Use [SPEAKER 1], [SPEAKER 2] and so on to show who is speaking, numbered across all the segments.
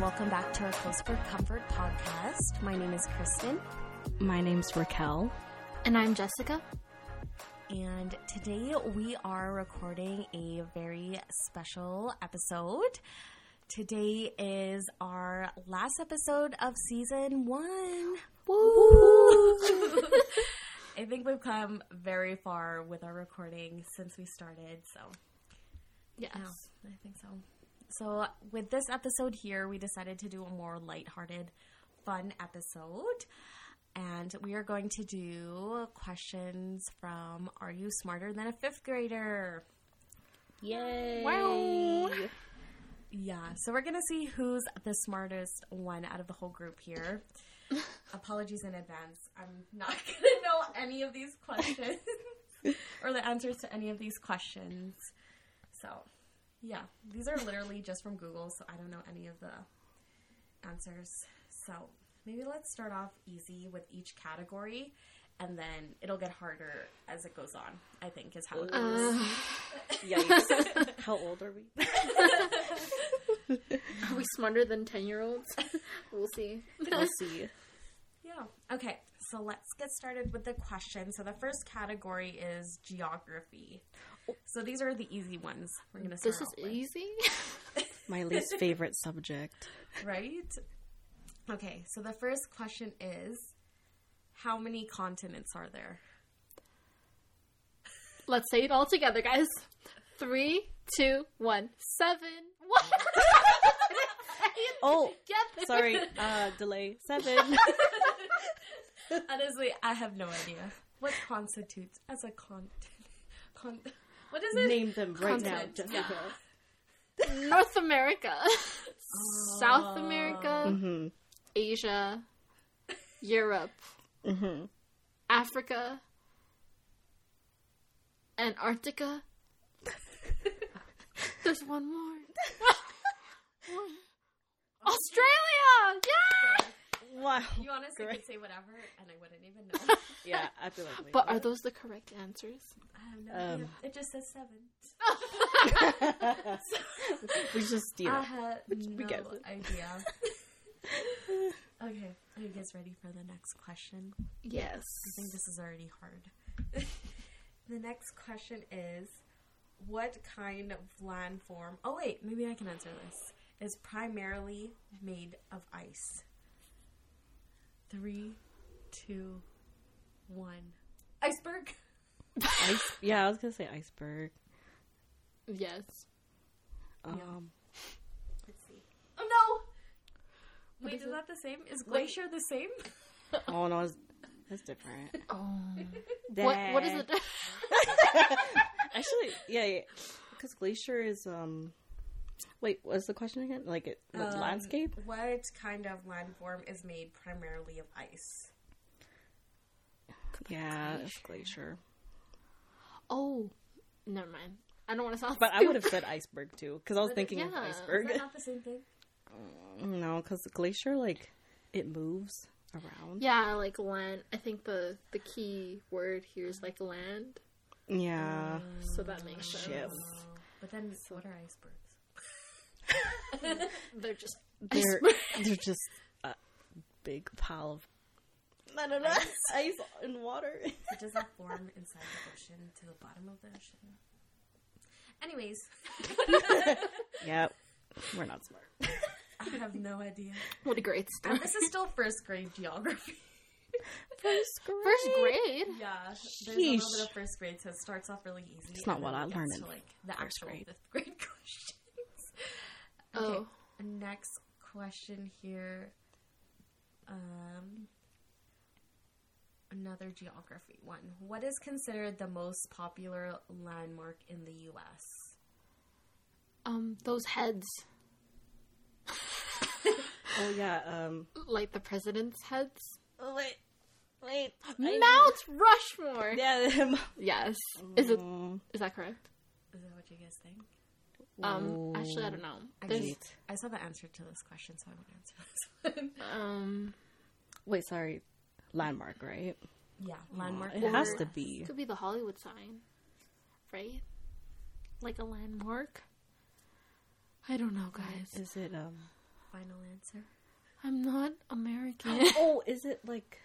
[SPEAKER 1] welcome back to our Close for Comfort podcast. My name is Kristen.
[SPEAKER 2] My name's Raquel.
[SPEAKER 3] And I'm Jessica.
[SPEAKER 1] And today we are recording a very special episode. Today is our last episode of season one. Woo! I think we've come very far with our recording since we started. So,
[SPEAKER 3] Yes.
[SPEAKER 1] yeah, I think so. So, with this episode here, we decided to do a more lighthearted, fun episode. And we are going to do questions from Are You Smarter Than a Fifth Grader?
[SPEAKER 2] Yay!
[SPEAKER 3] Wow.
[SPEAKER 1] Yeah, so we're gonna see who's the smartest one out of the whole group here. Apologies in advance. I'm not gonna know any of these questions or the answers to any of these questions. So, yeah, these are literally just from Google, so I don't know any of the answers. So, maybe let's start off easy with each category and then it'll get harder as it goes on, I think, is how it goes.
[SPEAKER 3] Uh,
[SPEAKER 2] Yikes. How old are we?
[SPEAKER 3] are we smarter than 10 year olds? we'll see.
[SPEAKER 2] We'll see.
[SPEAKER 1] Yeah. Okay. So let's get started with the question. So the first category is geography. So these are the easy ones. We're gonna start
[SPEAKER 3] This is
[SPEAKER 1] off with,
[SPEAKER 3] easy.
[SPEAKER 2] My least favorite subject.
[SPEAKER 1] right. Okay. So the first question is, how many continents are there?
[SPEAKER 3] Let's say it all together, guys. Three, two, one, seven. What?
[SPEAKER 2] Oh,
[SPEAKER 3] Get
[SPEAKER 2] sorry. Uh, delay seven.
[SPEAKER 1] Honestly, I have no idea what constitutes as a continent. Con- what is it?
[SPEAKER 2] Name them right now,
[SPEAKER 1] Continent.
[SPEAKER 2] Jessica.
[SPEAKER 3] North America, South America, Asia, Europe, Africa, Antarctica. There's one more. Australia! Yeah!
[SPEAKER 2] Wow.
[SPEAKER 1] You honestly
[SPEAKER 2] Great.
[SPEAKER 1] could say whatever, and I wouldn't even know.
[SPEAKER 2] Yeah, I feel like. Wait,
[SPEAKER 3] But are those the correct answers?
[SPEAKER 1] I have no
[SPEAKER 2] Um.
[SPEAKER 1] idea. It just says seven.
[SPEAKER 2] we should steal.
[SPEAKER 1] I
[SPEAKER 2] it.
[SPEAKER 1] have
[SPEAKER 2] we
[SPEAKER 1] Uh-huh. no
[SPEAKER 2] guess it.
[SPEAKER 1] idea. okay, are you guys ready for the next question?
[SPEAKER 3] Yes.
[SPEAKER 1] I think this is already hard. the next question is what kind of landform? Oh, wait, maybe I can answer this. Is primarily made of ice. Three, two, one. Iceberg!
[SPEAKER 2] Ice- yeah, I was gonna say iceberg.
[SPEAKER 3] Yes.
[SPEAKER 2] Um,
[SPEAKER 1] Let's see. Oh no! Wait, is that the same? Is glacier the same?
[SPEAKER 2] Oh no, it's- that's different.
[SPEAKER 3] Oh. What, what is it?
[SPEAKER 2] Actually, yeah, yeah. Because glacier is um. Wait, what's the question again? Like it, what
[SPEAKER 1] Um,
[SPEAKER 2] landscape?
[SPEAKER 1] What kind of landform is made primarily of ice?
[SPEAKER 2] Yeah, it's glacier.
[SPEAKER 3] Oh, never mind. I don't want to sound.
[SPEAKER 2] But I would have said iceberg too, because I was
[SPEAKER 1] But it-
[SPEAKER 2] thinking of
[SPEAKER 3] yeah.
[SPEAKER 1] Is that
[SPEAKER 2] iceberg.
[SPEAKER 1] not the same thing?
[SPEAKER 2] no, because glacier like it moves around.
[SPEAKER 3] Yeah, like land. I think the the key word here is like land,
[SPEAKER 2] Yeah.
[SPEAKER 3] so that makes sense.
[SPEAKER 2] Mm, Shit.
[SPEAKER 1] Oh, But then, what are icebergs?
[SPEAKER 3] They're just
[SPEAKER 2] They're they're just a big pile of I don't know ice and water.
[SPEAKER 1] It doesn't form inside the ocean to the bottom of the ocean. Anyways,
[SPEAKER 2] yep, we're not smart.
[SPEAKER 1] I have no idea.
[SPEAKER 3] what a great story.
[SPEAKER 1] This is still first grade geography.
[SPEAKER 2] First grade.
[SPEAKER 3] First grade.
[SPEAKER 1] Yeah, there's a little
[SPEAKER 2] Sheesh.
[SPEAKER 1] bit of first grade, so it starts off really easy.
[SPEAKER 2] It's not
[SPEAKER 1] and
[SPEAKER 2] what
[SPEAKER 1] then
[SPEAKER 2] I
[SPEAKER 1] it gets
[SPEAKER 2] learned
[SPEAKER 1] to,
[SPEAKER 2] in
[SPEAKER 1] like the
[SPEAKER 2] first
[SPEAKER 1] actual
[SPEAKER 2] grade.
[SPEAKER 1] fifth grade questions.
[SPEAKER 3] Oh.
[SPEAKER 1] Next question here. Um, another geography one. What is considered the most popular landmark in the U.S.?
[SPEAKER 3] Um, those heads,
[SPEAKER 2] Oh yeah. Um.
[SPEAKER 3] like the president's heads.
[SPEAKER 2] Oh, wait. Wait.
[SPEAKER 3] Mount Rushmore.
[SPEAKER 2] Yeah.
[SPEAKER 3] Yes. Is it?
[SPEAKER 2] Um,
[SPEAKER 3] Is that correct?
[SPEAKER 1] Is that what you guys think?
[SPEAKER 3] Um, actually, I don't know. There's,
[SPEAKER 2] Wait.
[SPEAKER 1] I saw the answer to this question, so I won't answer this one.
[SPEAKER 3] um,
[SPEAKER 2] Wait. Sorry. Landmark, right?
[SPEAKER 1] yeah, landmark.
[SPEAKER 2] It
[SPEAKER 1] in the
[SPEAKER 2] has to
[SPEAKER 1] US.
[SPEAKER 2] be.
[SPEAKER 3] could be the Hollywood sign, right? Like a landmark. I don't know, guys.
[SPEAKER 2] Is it um
[SPEAKER 1] final answer?
[SPEAKER 3] I'm not American.
[SPEAKER 2] oh, is it like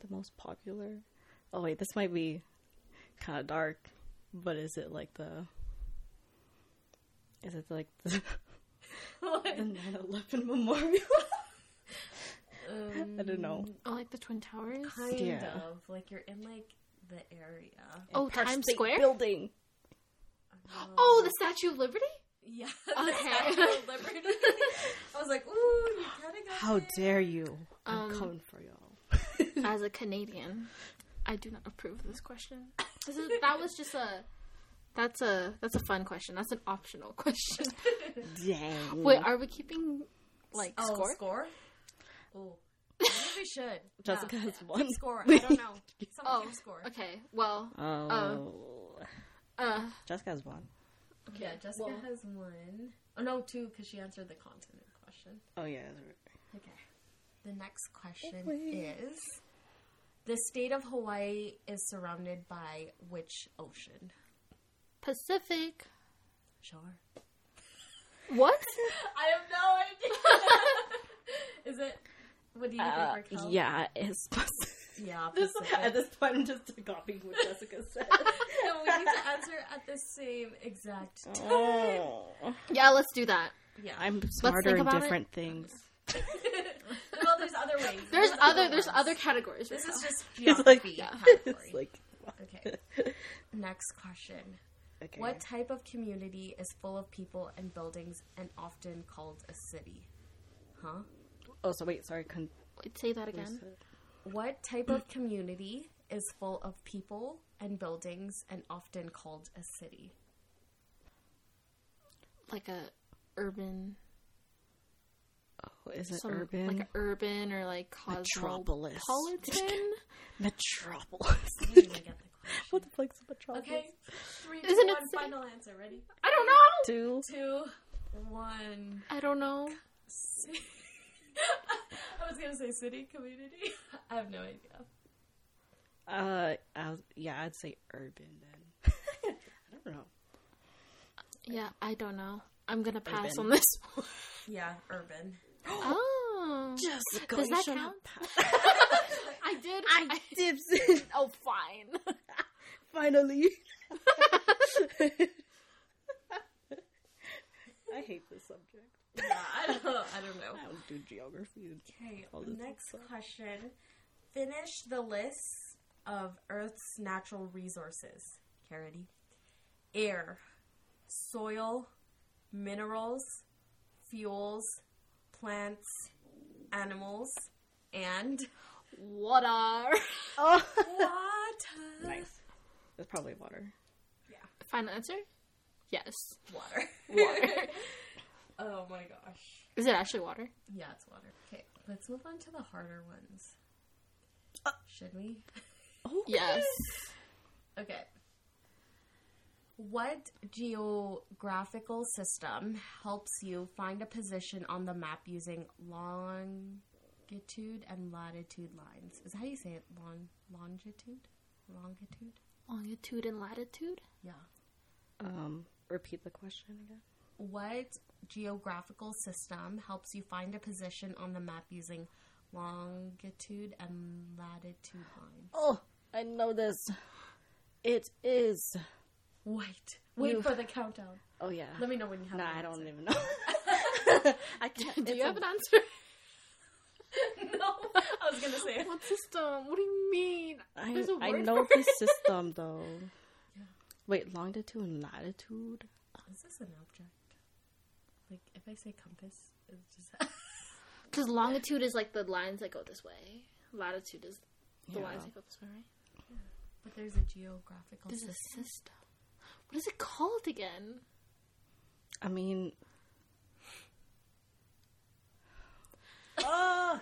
[SPEAKER 2] the most popular? Oh wait, this might be kind of dark, but is it like the? Is it like the, the 9/11 memorial? I don't know.
[SPEAKER 3] oh, like the Twin Towers?
[SPEAKER 1] Kind
[SPEAKER 2] Yeah.
[SPEAKER 1] of. Like you're in like the area.
[SPEAKER 3] Oh,
[SPEAKER 2] Empire
[SPEAKER 3] Times
[SPEAKER 2] State
[SPEAKER 3] Square?
[SPEAKER 2] building.
[SPEAKER 3] Oh, the Statue of Liberty?
[SPEAKER 1] Yeah.
[SPEAKER 3] Okay.
[SPEAKER 1] The Statue of Liberty. I was like, ooh, you kinda got
[SPEAKER 2] How
[SPEAKER 1] it.
[SPEAKER 2] dare you? I'm
[SPEAKER 3] Um,
[SPEAKER 2] coming for y'all.
[SPEAKER 3] As a Canadian, I do not approve of this question. This is, that was just a. That's a that's a fun question. That's an optional question.
[SPEAKER 2] Dang.
[SPEAKER 3] Wait, are we keeping like
[SPEAKER 1] Oh,
[SPEAKER 3] score?
[SPEAKER 1] score? Oh. I think we should.
[SPEAKER 2] Jessica has one.
[SPEAKER 1] Yeah. Score. I don't know. Someone
[SPEAKER 3] Oh,
[SPEAKER 1] keep score.
[SPEAKER 3] okay. Well,
[SPEAKER 2] Oh,
[SPEAKER 3] uh,
[SPEAKER 2] Jessica has one.
[SPEAKER 1] Yeah, Jessica
[SPEAKER 3] well-
[SPEAKER 1] has one. Oh no, two because she answered the continent question.
[SPEAKER 2] Oh yeah. that's right.
[SPEAKER 1] Okay. The next question is The state of Hawaii is surrounded by which ocean?
[SPEAKER 3] Pacific.
[SPEAKER 1] Sure.
[SPEAKER 3] What?
[SPEAKER 1] I have no idea. is it what do you think
[SPEAKER 2] Uh,
[SPEAKER 1] Raquel?
[SPEAKER 2] yeah, it's.
[SPEAKER 1] Yeah,
[SPEAKER 2] This- at
[SPEAKER 1] Pacific.
[SPEAKER 2] this point, I'm just copying what Jessica said.
[SPEAKER 1] No, we need to answer at the same exact time.
[SPEAKER 3] Yeah, let's do that.
[SPEAKER 1] Yeah.
[SPEAKER 2] Oh, I'm
[SPEAKER 3] smarter
[SPEAKER 2] smarter
[SPEAKER 3] think
[SPEAKER 2] in
[SPEAKER 3] in about it.
[SPEAKER 2] different
[SPEAKER 3] different
[SPEAKER 2] things.
[SPEAKER 1] well, there's other ways.
[SPEAKER 3] There's other there's
[SPEAKER 1] ones.
[SPEAKER 3] other categories.
[SPEAKER 1] This is just
[SPEAKER 2] It's
[SPEAKER 1] geography
[SPEAKER 2] like,
[SPEAKER 1] category.
[SPEAKER 2] it's like
[SPEAKER 1] okay. Next question.
[SPEAKER 2] okay.
[SPEAKER 1] What type of community is full of people and buildings and often called a city? Huh?
[SPEAKER 2] Oh, so wait, sorry. Con-
[SPEAKER 3] Wait, say that again.
[SPEAKER 1] What type of community is full of people and buildings and often called a city?
[SPEAKER 3] Like a urban
[SPEAKER 2] oh, is it
[SPEAKER 3] some
[SPEAKER 2] urban?
[SPEAKER 3] like an urban or like
[SPEAKER 2] Metropolis.
[SPEAKER 3] cosmopolitan.
[SPEAKER 2] Metropolis.
[SPEAKER 1] I didn't get the question.
[SPEAKER 2] what the fuck's a metropolis?
[SPEAKER 1] Okay. Three, two,
[SPEAKER 3] Isn't it
[SPEAKER 1] one,
[SPEAKER 3] city?
[SPEAKER 1] final answer. Ready?
[SPEAKER 3] I don't know.
[SPEAKER 2] Two.
[SPEAKER 1] Two, one.
[SPEAKER 3] I don't know.
[SPEAKER 1] I was gonna say city community. I have no idea.
[SPEAKER 2] Uh, I was, yeah, I'd say urban then. I don't know.
[SPEAKER 3] Yeah, I don't know. I'm gonna pass
[SPEAKER 2] Urban.
[SPEAKER 3] on this. one.
[SPEAKER 1] Yeah, urban.
[SPEAKER 3] oh,
[SPEAKER 2] Jessica,
[SPEAKER 3] Does
[SPEAKER 2] you
[SPEAKER 3] that
[SPEAKER 2] should have
[SPEAKER 3] count?
[SPEAKER 2] passed.
[SPEAKER 3] I did.
[SPEAKER 2] I dibs
[SPEAKER 3] oh, fine.
[SPEAKER 2] finally. I hate this subject.
[SPEAKER 1] Yeah, I don't. I don't know.
[SPEAKER 2] I don't do geography.
[SPEAKER 1] Okay,
[SPEAKER 2] All this
[SPEAKER 1] next question. Finish the list of Earth's natural resources. Carity. Air, soil, minerals, fuels, plants, animals, and
[SPEAKER 3] Water.
[SPEAKER 2] Oh,
[SPEAKER 1] water.
[SPEAKER 2] nice. It's probably water.
[SPEAKER 3] Final answer. Yes.
[SPEAKER 1] Water.
[SPEAKER 3] Water.
[SPEAKER 1] oh my gosh.
[SPEAKER 3] Is it actually water?
[SPEAKER 1] Yeah, it's water. Okay, let's move on to the harder ones.
[SPEAKER 2] Uh.
[SPEAKER 1] Should we?
[SPEAKER 2] Oh,
[SPEAKER 3] Yes.
[SPEAKER 1] Okay. What geographical system helps you find a position on the map using longitude and latitude lines? Is that how you say it? Long longitude? Longitude?
[SPEAKER 3] Longitude and latitude.
[SPEAKER 1] Yeah.
[SPEAKER 2] Um, repeat the question again.
[SPEAKER 1] What geographical system helps you find a position on the map using longitude and latitude lines?
[SPEAKER 2] Oh, I know this. It is.
[SPEAKER 1] Wait. Wait
[SPEAKER 2] You-
[SPEAKER 1] for the countdown.
[SPEAKER 2] Oh yeah.
[SPEAKER 1] Let me know when you have
[SPEAKER 2] Nah,
[SPEAKER 1] an
[SPEAKER 2] I don't
[SPEAKER 1] answer.
[SPEAKER 2] even know. I can't.
[SPEAKER 3] Do
[SPEAKER 2] it's
[SPEAKER 3] you
[SPEAKER 2] a-
[SPEAKER 3] have an answer?
[SPEAKER 1] No, I was gonna say it.
[SPEAKER 3] What system? What do you mean?
[SPEAKER 2] I,
[SPEAKER 3] There's a
[SPEAKER 2] I
[SPEAKER 3] word
[SPEAKER 2] know
[SPEAKER 3] for
[SPEAKER 2] the
[SPEAKER 3] it.
[SPEAKER 2] system though. Wait, longitude and latitude.
[SPEAKER 1] Is this an object? Like, if I say compass, it's just.
[SPEAKER 3] Because longitude is like the lines that go this way. Latitude is the
[SPEAKER 2] Yeah.
[SPEAKER 3] lines that go this way, right?
[SPEAKER 1] but there's a geographical
[SPEAKER 3] There's a
[SPEAKER 1] system.
[SPEAKER 3] system. What is it called again?
[SPEAKER 2] I mean. Oh,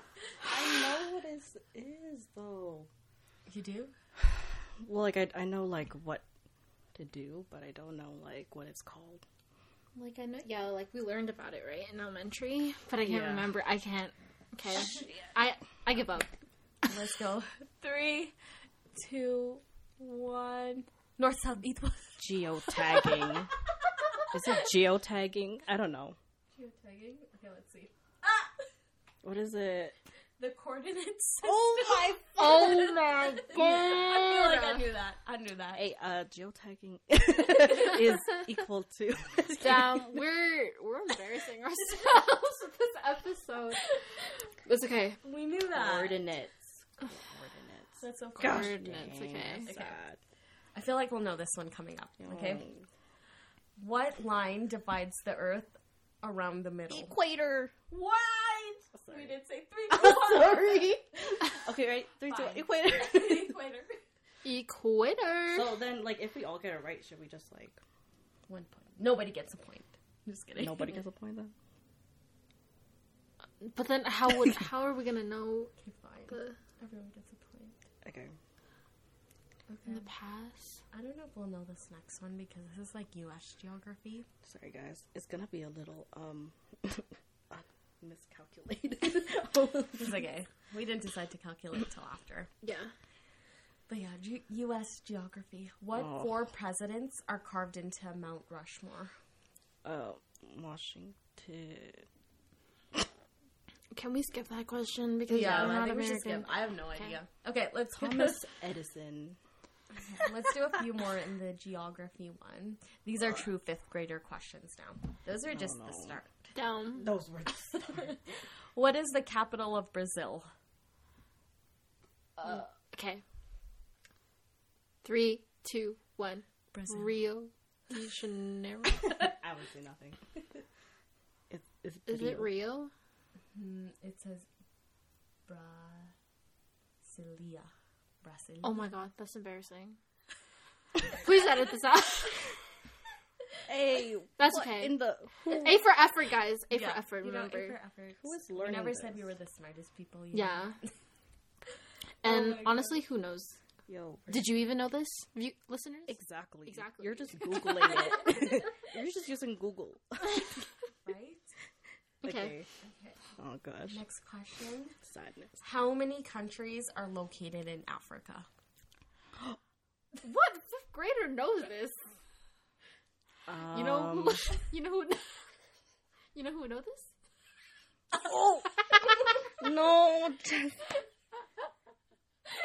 [SPEAKER 2] I know what it is though.
[SPEAKER 1] You do?
[SPEAKER 2] Well, like I I know like what to do, but I don't know like what it's called.
[SPEAKER 3] Like I know, yeah, like we learned about it right in elementary, but I can't
[SPEAKER 2] Yeah.
[SPEAKER 3] remember. I can't. Okay, I I give up.
[SPEAKER 1] Let's go. Three, two, one. North, south, east, west.
[SPEAKER 2] Geotagging. is it geotagging? I don't know.
[SPEAKER 1] You're tagging? Okay, let's see. Ah!
[SPEAKER 2] What is it?
[SPEAKER 1] The coordinates.
[SPEAKER 2] Oh my!
[SPEAKER 3] Oh
[SPEAKER 1] I
[SPEAKER 3] my
[SPEAKER 1] feel like I
[SPEAKER 3] god!
[SPEAKER 1] knew that. I knew that.
[SPEAKER 2] Hey, uh, geotagging is equal to.
[SPEAKER 3] Damn, we're we're embarrassing ourselves with this episode. It's okay.
[SPEAKER 1] We knew that.
[SPEAKER 2] Coordinates. Coordinates.
[SPEAKER 1] That's so cool.
[SPEAKER 2] Gosh,
[SPEAKER 3] Coordinates,
[SPEAKER 2] dang,
[SPEAKER 3] okay.
[SPEAKER 2] that's
[SPEAKER 1] Okay.
[SPEAKER 2] sad.
[SPEAKER 1] I feel like we'll know this one coming up. Okay.
[SPEAKER 2] Mm.
[SPEAKER 1] What line divides the Earth around the middle?
[SPEAKER 2] Equator.
[SPEAKER 1] What?
[SPEAKER 2] Sorry.
[SPEAKER 1] We did say three. two, one.
[SPEAKER 2] Sorry. okay, right. Three, two,
[SPEAKER 1] Fine.
[SPEAKER 2] equator.
[SPEAKER 1] Equator.
[SPEAKER 3] Equator.
[SPEAKER 2] so then, like, if we all get it right, should we just like
[SPEAKER 1] One point. Nobody gets a point. I'm just kidding.
[SPEAKER 2] nobody gets a point then?
[SPEAKER 3] but then, how would how are we gonna know
[SPEAKER 1] Okay, fine.
[SPEAKER 3] the
[SPEAKER 1] Everyone gets a point.
[SPEAKER 2] Okay.
[SPEAKER 3] in
[SPEAKER 1] Okay.
[SPEAKER 3] the past?
[SPEAKER 1] I don't know if we'll know this next one because this is like U.S. geography.
[SPEAKER 2] Sorry, guys. It's gonna be a little um uh, miscalculated.
[SPEAKER 1] It's okay. We didn't decide to calculate till after.
[SPEAKER 3] Yeah.
[SPEAKER 1] But yeah, G- U.S. geography. What
[SPEAKER 2] Oh.
[SPEAKER 1] four presidents are carved into Mount Rushmore?
[SPEAKER 2] uh, Washington.
[SPEAKER 3] Can we skip that question because
[SPEAKER 1] Yeah,
[SPEAKER 3] I'm
[SPEAKER 1] I
[SPEAKER 3] not
[SPEAKER 1] think we should
[SPEAKER 3] American?
[SPEAKER 1] skip. I have no idea. Okay, let's get
[SPEAKER 2] Thomas Edison.
[SPEAKER 1] Let's do a few more in the geography one. These are true fifth grader questions now. Those are just the
[SPEAKER 2] no.
[SPEAKER 1] start.
[SPEAKER 3] Down.
[SPEAKER 2] Those were the
[SPEAKER 1] What is the capital of Brazil?
[SPEAKER 3] Okay. Three, two, one.
[SPEAKER 1] Brazil.
[SPEAKER 3] Rio de Janeiro.
[SPEAKER 2] I would say nothing. It, is
[SPEAKER 3] Is it Rio?
[SPEAKER 1] Mm, it says Brasilia. Brasilia.
[SPEAKER 3] Oh my god, that's embarrassing. Please edit this out.
[SPEAKER 2] Hey,
[SPEAKER 3] That's
[SPEAKER 2] what
[SPEAKER 3] okay.
[SPEAKER 2] In the who,
[SPEAKER 3] A for effort, guys. A
[SPEAKER 1] Yeah,
[SPEAKER 3] for effort.
[SPEAKER 1] you know,
[SPEAKER 3] Remember.
[SPEAKER 1] A for effort.
[SPEAKER 2] who is
[SPEAKER 1] We
[SPEAKER 2] learning?
[SPEAKER 1] never
[SPEAKER 2] this?
[SPEAKER 1] said we were the smartest people. You know.
[SPEAKER 3] Yeah. And
[SPEAKER 1] my God.
[SPEAKER 3] honestly, who knows?
[SPEAKER 2] Yo,
[SPEAKER 3] Did you even know this, Have you, listeners?
[SPEAKER 2] exactly.
[SPEAKER 3] Exactly.
[SPEAKER 2] You're just googling it. You're just using Google.
[SPEAKER 1] Right?
[SPEAKER 3] Okay.
[SPEAKER 1] Okay.
[SPEAKER 2] Oh gosh.
[SPEAKER 1] Next question.
[SPEAKER 2] Sadness.
[SPEAKER 1] How many countries are located in Africa?
[SPEAKER 3] What fifth grader knows this?
[SPEAKER 2] Um,
[SPEAKER 3] You know who? You know who? You know who would know this?
[SPEAKER 2] Oh no.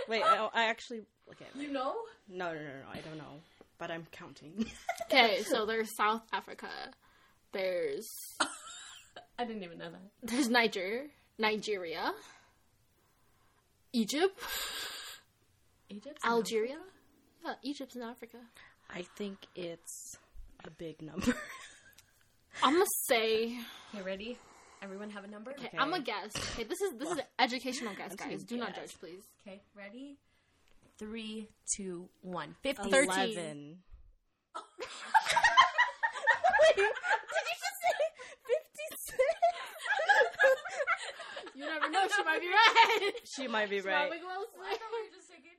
[SPEAKER 2] Wait, I, I actually. Okay.
[SPEAKER 1] You know?
[SPEAKER 2] No, no, no, no. I don't know, but I'm counting.
[SPEAKER 3] Okay, so there's South Africa. There's
[SPEAKER 1] I didn't even know that.
[SPEAKER 3] there's Niger, Nigeria, Egypt,
[SPEAKER 1] Egypt?
[SPEAKER 3] Algeria. Yeah, Egypt's in Africa.
[SPEAKER 2] I think it's a big number.
[SPEAKER 3] I'm gonna say.
[SPEAKER 1] Okay, ready? Everyone have a number?
[SPEAKER 3] Okay,
[SPEAKER 1] Okay.
[SPEAKER 3] I'm gonna guess. Okay, this is this is an educational guess,
[SPEAKER 2] just gonna
[SPEAKER 3] guys. Do not
[SPEAKER 2] guess.
[SPEAKER 3] judge, please.
[SPEAKER 1] ready? Three, two, one. Fifty.
[SPEAKER 3] Thirteen.
[SPEAKER 2] Eleven.
[SPEAKER 3] You never know. She might be right.
[SPEAKER 2] She might be right.
[SPEAKER 3] Probably close.
[SPEAKER 1] I thought we were just thinking,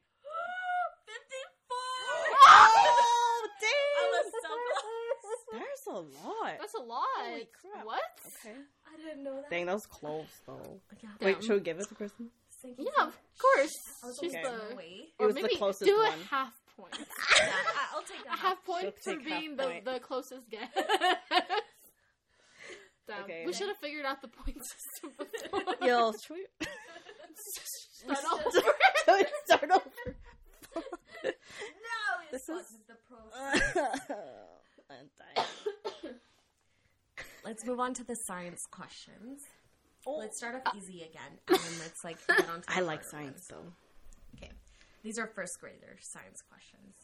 [SPEAKER 1] fifty-four.
[SPEAKER 2] Oh, damn!
[SPEAKER 1] I was so close.
[SPEAKER 2] There's a lot.
[SPEAKER 3] That's a lot.
[SPEAKER 2] Holy crap.
[SPEAKER 3] What?
[SPEAKER 2] Okay.
[SPEAKER 1] I didn't know that.
[SPEAKER 2] Dang, that was close though.
[SPEAKER 1] Yeah,
[SPEAKER 2] Wait,
[SPEAKER 3] Damn.
[SPEAKER 2] should we give it to Kristen?
[SPEAKER 1] thinking
[SPEAKER 3] Yeah, of course.
[SPEAKER 1] I was
[SPEAKER 3] She's
[SPEAKER 1] like,
[SPEAKER 2] okay.
[SPEAKER 1] no
[SPEAKER 3] the.
[SPEAKER 1] way.
[SPEAKER 2] It was the closest
[SPEAKER 3] do
[SPEAKER 2] one.
[SPEAKER 3] a half point.
[SPEAKER 1] Yeah, I- I'll take
[SPEAKER 3] A
[SPEAKER 1] that.
[SPEAKER 3] half point
[SPEAKER 2] She'll
[SPEAKER 3] for
[SPEAKER 2] take half
[SPEAKER 3] being the,
[SPEAKER 2] point.
[SPEAKER 3] the closest guess. Damn.
[SPEAKER 2] Okay.
[SPEAKER 3] We should have figured out the point system before.
[SPEAKER 2] Yo, should we
[SPEAKER 3] Start all
[SPEAKER 2] should we start over?
[SPEAKER 1] No,
[SPEAKER 2] This
[SPEAKER 1] it's not
[SPEAKER 2] is-
[SPEAKER 1] the pro.
[SPEAKER 2] I'm dying.
[SPEAKER 1] Let's move on to the science questions.
[SPEAKER 2] Oh.
[SPEAKER 1] Let's start off easy again, and then let's like get on to the
[SPEAKER 2] I like
[SPEAKER 1] harder
[SPEAKER 2] science
[SPEAKER 1] ones.
[SPEAKER 2] though.
[SPEAKER 1] Okay, these are first grader science questions.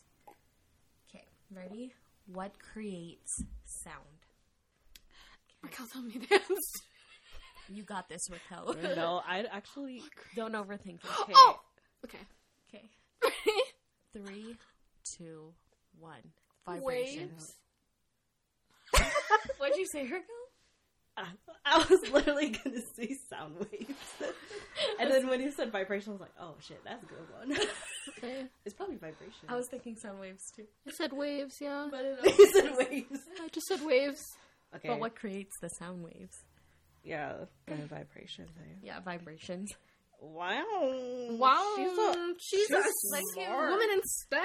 [SPEAKER 1] Okay, ready? What creates sound?
[SPEAKER 3] Raquel, tell me the answer.
[SPEAKER 1] You got this, Raquel.
[SPEAKER 2] No, I actually.
[SPEAKER 1] Don't overthink it.
[SPEAKER 2] Okay.
[SPEAKER 3] Oh! Okay.
[SPEAKER 1] Okay,
[SPEAKER 3] Ready?
[SPEAKER 1] three, two, one. Vibrations.
[SPEAKER 3] Waves.
[SPEAKER 1] What'd you say, Raquel?
[SPEAKER 2] I, I was literally gonna say sound waves, and then when you said vibration, I was like, "Oh shit, that's a good one."
[SPEAKER 3] Okay.
[SPEAKER 2] it's probably vibration.
[SPEAKER 1] I was thinking sound waves too.
[SPEAKER 3] I said waves, yeah.
[SPEAKER 1] But, it
[SPEAKER 2] you said waves.
[SPEAKER 3] I just said waves.
[SPEAKER 2] Okay.
[SPEAKER 1] but what creates the sound waves?
[SPEAKER 2] Yeah, and vibration. eh?
[SPEAKER 1] Yeah, vibrations.
[SPEAKER 2] Wow.
[SPEAKER 3] Wow.
[SPEAKER 2] She's a,
[SPEAKER 3] she's a
[SPEAKER 2] she's
[SPEAKER 3] like,
[SPEAKER 2] smart.
[SPEAKER 3] woman in STEM.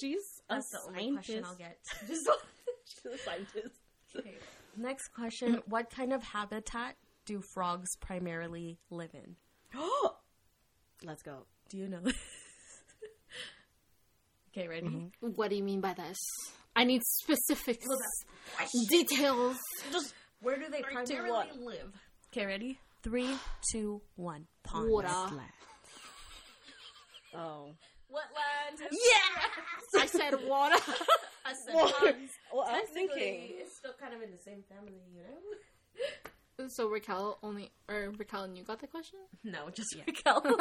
[SPEAKER 2] she's a
[SPEAKER 1] That's the only
[SPEAKER 2] scientist.
[SPEAKER 1] question I'll get.
[SPEAKER 2] She's a scientist.
[SPEAKER 1] Okay. Next question What kind of habitat do frogs primarily live in?
[SPEAKER 2] Let's go.
[SPEAKER 1] Do you know? okay, ready?
[SPEAKER 3] What do you mean by this? I need specifics, details.
[SPEAKER 1] Just where do they primarily
[SPEAKER 2] what?
[SPEAKER 1] live? Okay, ready? Three, two, one. Pond.
[SPEAKER 3] Water.
[SPEAKER 2] Land. Uh, Oh.
[SPEAKER 1] Wetland.
[SPEAKER 3] I said water.
[SPEAKER 1] I said ponds.
[SPEAKER 2] Well, I'm
[SPEAKER 1] Technically,
[SPEAKER 2] thinking.
[SPEAKER 1] It's still kind of in the same family, you know?
[SPEAKER 3] so Raquel only, or Raquel, and you got the question?
[SPEAKER 1] No, just Raquel.
[SPEAKER 2] Man,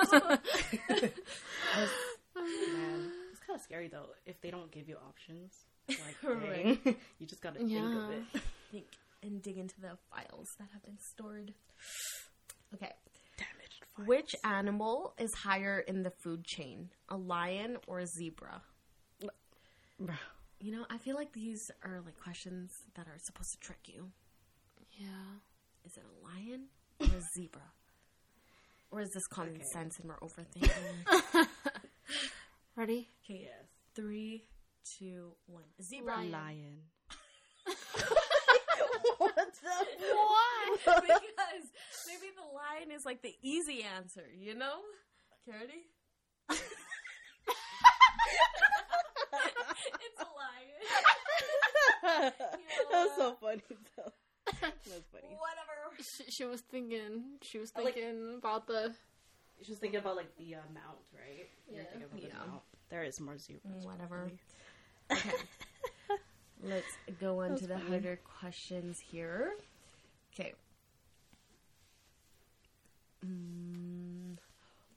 [SPEAKER 2] it's kind of scary though if they don't give you options. Like,
[SPEAKER 1] Right.
[SPEAKER 2] dang, you just gotta think of
[SPEAKER 3] Yeah.
[SPEAKER 2] it.
[SPEAKER 1] Think and dig into the files that have been stored. Okay.
[SPEAKER 2] Damaged.
[SPEAKER 1] Which animal is higher in the food chain? A lion or a zebra?
[SPEAKER 2] Bro.
[SPEAKER 1] You know, I feel like these are like questions that are supposed to trick you.
[SPEAKER 3] Yeah.
[SPEAKER 1] Is it a lion or a zebra? Or is this common sense and we're overthinking?
[SPEAKER 3] Ready?
[SPEAKER 1] okay,
[SPEAKER 2] Yes.
[SPEAKER 1] three, two, one. Zebra.
[SPEAKER 3] Lion.
[SPEAKER 2] Lion. what the?
[SPEAKER 3] Why?
[SPEAKER 1] because maybe the lion is like the easy answer, you know? Carity? it's a lion.
[SPEAKER 2] that was so funny though. That was funny.
[SPEAKER 1] Whatever.
[SPEAKER 3] She, she was thinking. She was
[SPEAKER 2] like-
[SPEAKER 3] thinking about the.
[SPEAKER 2] She was thinking about like the uh, mount, right? You're
[SPEAKER 3] Yeah.
[SPEAKER 2] thinking about
[SPEAKER 1] Yeah.
[SPEAKER 2] the mount. There is more zebras.
[SPEAKER 1] Mm, Whatever. Okay. Let's go on to the harder questions here. Okay. Mm,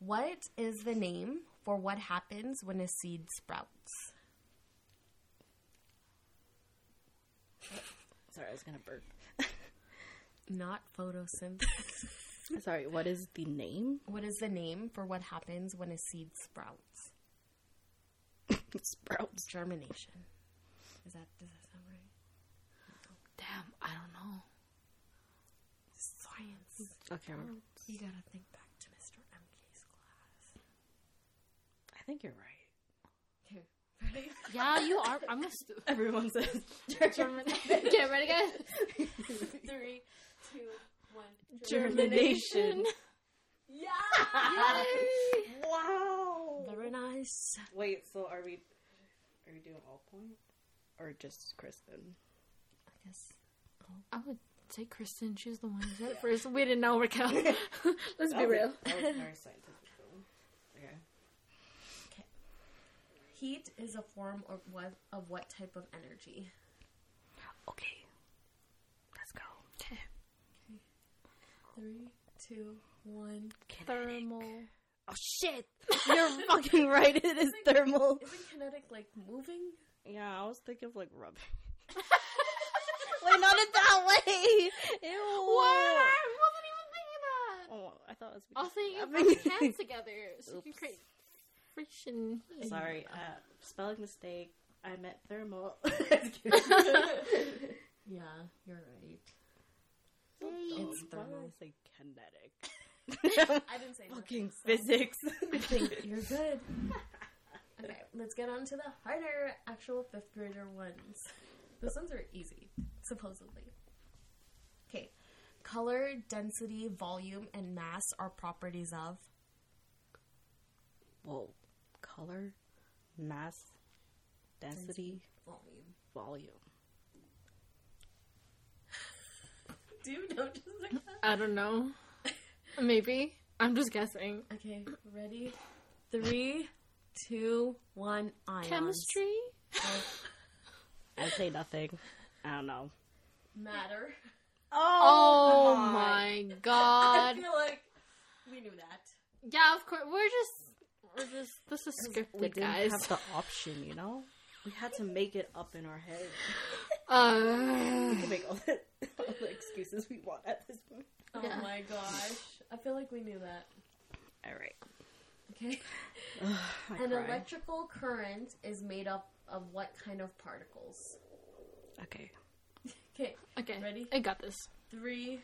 [SPEAKER 1] what is the name for what happens when a seed sprouts?
[SPEAKER 2] Sorry, I was gonna burp.
[SPEAKER 1] Not photosynthesis.
[SPEAKER 2] Sorry, what is the name?
[SPEAKER 1] what is the name for what happens when a seed sprouts?
[SPEAKER 2] Sprouts.
[SPEAKER 1] Germination. Is that does that sound right?
[SPEAKER 3] Damn, I don't know.
[SPEAKER 1] Science.
[SPEAKER 2] Okay, we're-
[SPEAKER 1] You gotta think back to Mr. MK's class.
[SPEAKER 2] I think you're right.
[SPEAKER 1] Here, ready?
[SPEAKER 3] Yeah, you are. I'm a stu-
[SPEAKER 2] Everyone says
[SPEAKER 3] Get ready, guys.
[SPEAKER 1] Three, two, one.
[SPEAKER 2] germination.
[SPEAKER 1] Yeah!
[SPEAKER 2] wow.
[SPEAKER 1] Very nice.
[SPEAKER 2] Wait, so are we are we doing all point or just Kristen?
[SPEAKER 1] I guess.
[SPEAKER 3] I would say Kristen. She's the one who said it first. We didn't know Raquel. Let's be
[SPEAKER 2] That was-
[SPEAKER 3] real.
[SPEAKER 2] That was very scientific. though. Okay.
[SPEAKER 1] Okay. Heat is a form of what of what type of energy?
[SPEAKER 2] Okay. Let's go.
[SPEAKER 3] Okay.
[SPEAKER 1] Three, two, one.
[SPEAKER 3] Thermal.
[SPEAKER 2] Oh shit! You're fucking right. It is thermal.
[SPEAKER 1] Isn't kinetic like moving?
[SPEAKER 2] Yeah, I was thinking of like rubbing. Wait, not in that way. Ew.
[SPEAKER 3] What? I wasn't even thinking that.
[SPEAKER 2] Oh, I thought it was.
[SPEAKER 3] Also, you
[SPEAKER 2] I'm
[SPEAKER 3] can put your hands together so you can
[SPEAKER 2] Oops.
[SPEAKER 3] create friction. heat.
[SPEAKER 2] Sorry, uh, spelling mistake. I meant thermal. it's
[SPEAKER 1] Yeah, you're right. It's thermal.
[SPEAKER 2] thermal. Say kinetic.
[SPEAKER 1] I didn't say
[SPEAKER 2] Fucking physics.
[SPEAKER 1] nothing. You're good. Okay, let's get on to the harder actual fifth grader ones. Those ones are easy, supposedly. Okay. Color, density, volume, and mass are properties of
[SPEAKER 2] Whoa. Color, mass, density,
[SPEAKER 1] volume.
[SPEAKER 2] volume.
[SPEAKER 1] Do you know just like that?
[SPEAKER 3] I don't know. Maybe. I'm just guessing.
[SPEAKER 1] Okay, ready? Three, two, one, ions.
[SPEAKER 3] Chemistry?
[SPEAKER 2] I say nothing. I don't know.
[SPEAKER 1] Matter.
[SPEAKER 3] Oh my
[SPEAKER 1] I
[SPEAKER 3] god.
[SPEAKER 1] feel like we knew that.
[SPEAKER 3] Yeah, of course. We're just. We're just. This is
[SPEAKER 2] We
[SPEAKER 3] scripted,
[SPEAKER 2] didn't
[SPEAKER 3] guys.
[SPEAKER 2] have the option, you know? We had to make it up in our head.
[SPEAKER 3] Uh,
[SPEAKER 2] We can make all the, all the excuses we want at this point.
[SPEAKER 1] Oh
[SPEAKER 3] Yeah.
[SPEAKER 1] my gosh. I feel like we knew that.
[SPEAKER 2] All right.
[SPEAKER 1] Okay.
[SPEAKER 2] I
[SPEAKER 1] An
[SPEAKER 2] cry.
[SPEAKER 1] electrical current is made up of what kind of particles?
[SPEAKER 2] okay.
[SPEAKER 1] Okay,
[SPEAKER 3] okay.
[SPEAKER 1] Ready?
[SPEAKER 3] I got this.
[SPEAKER 1] three,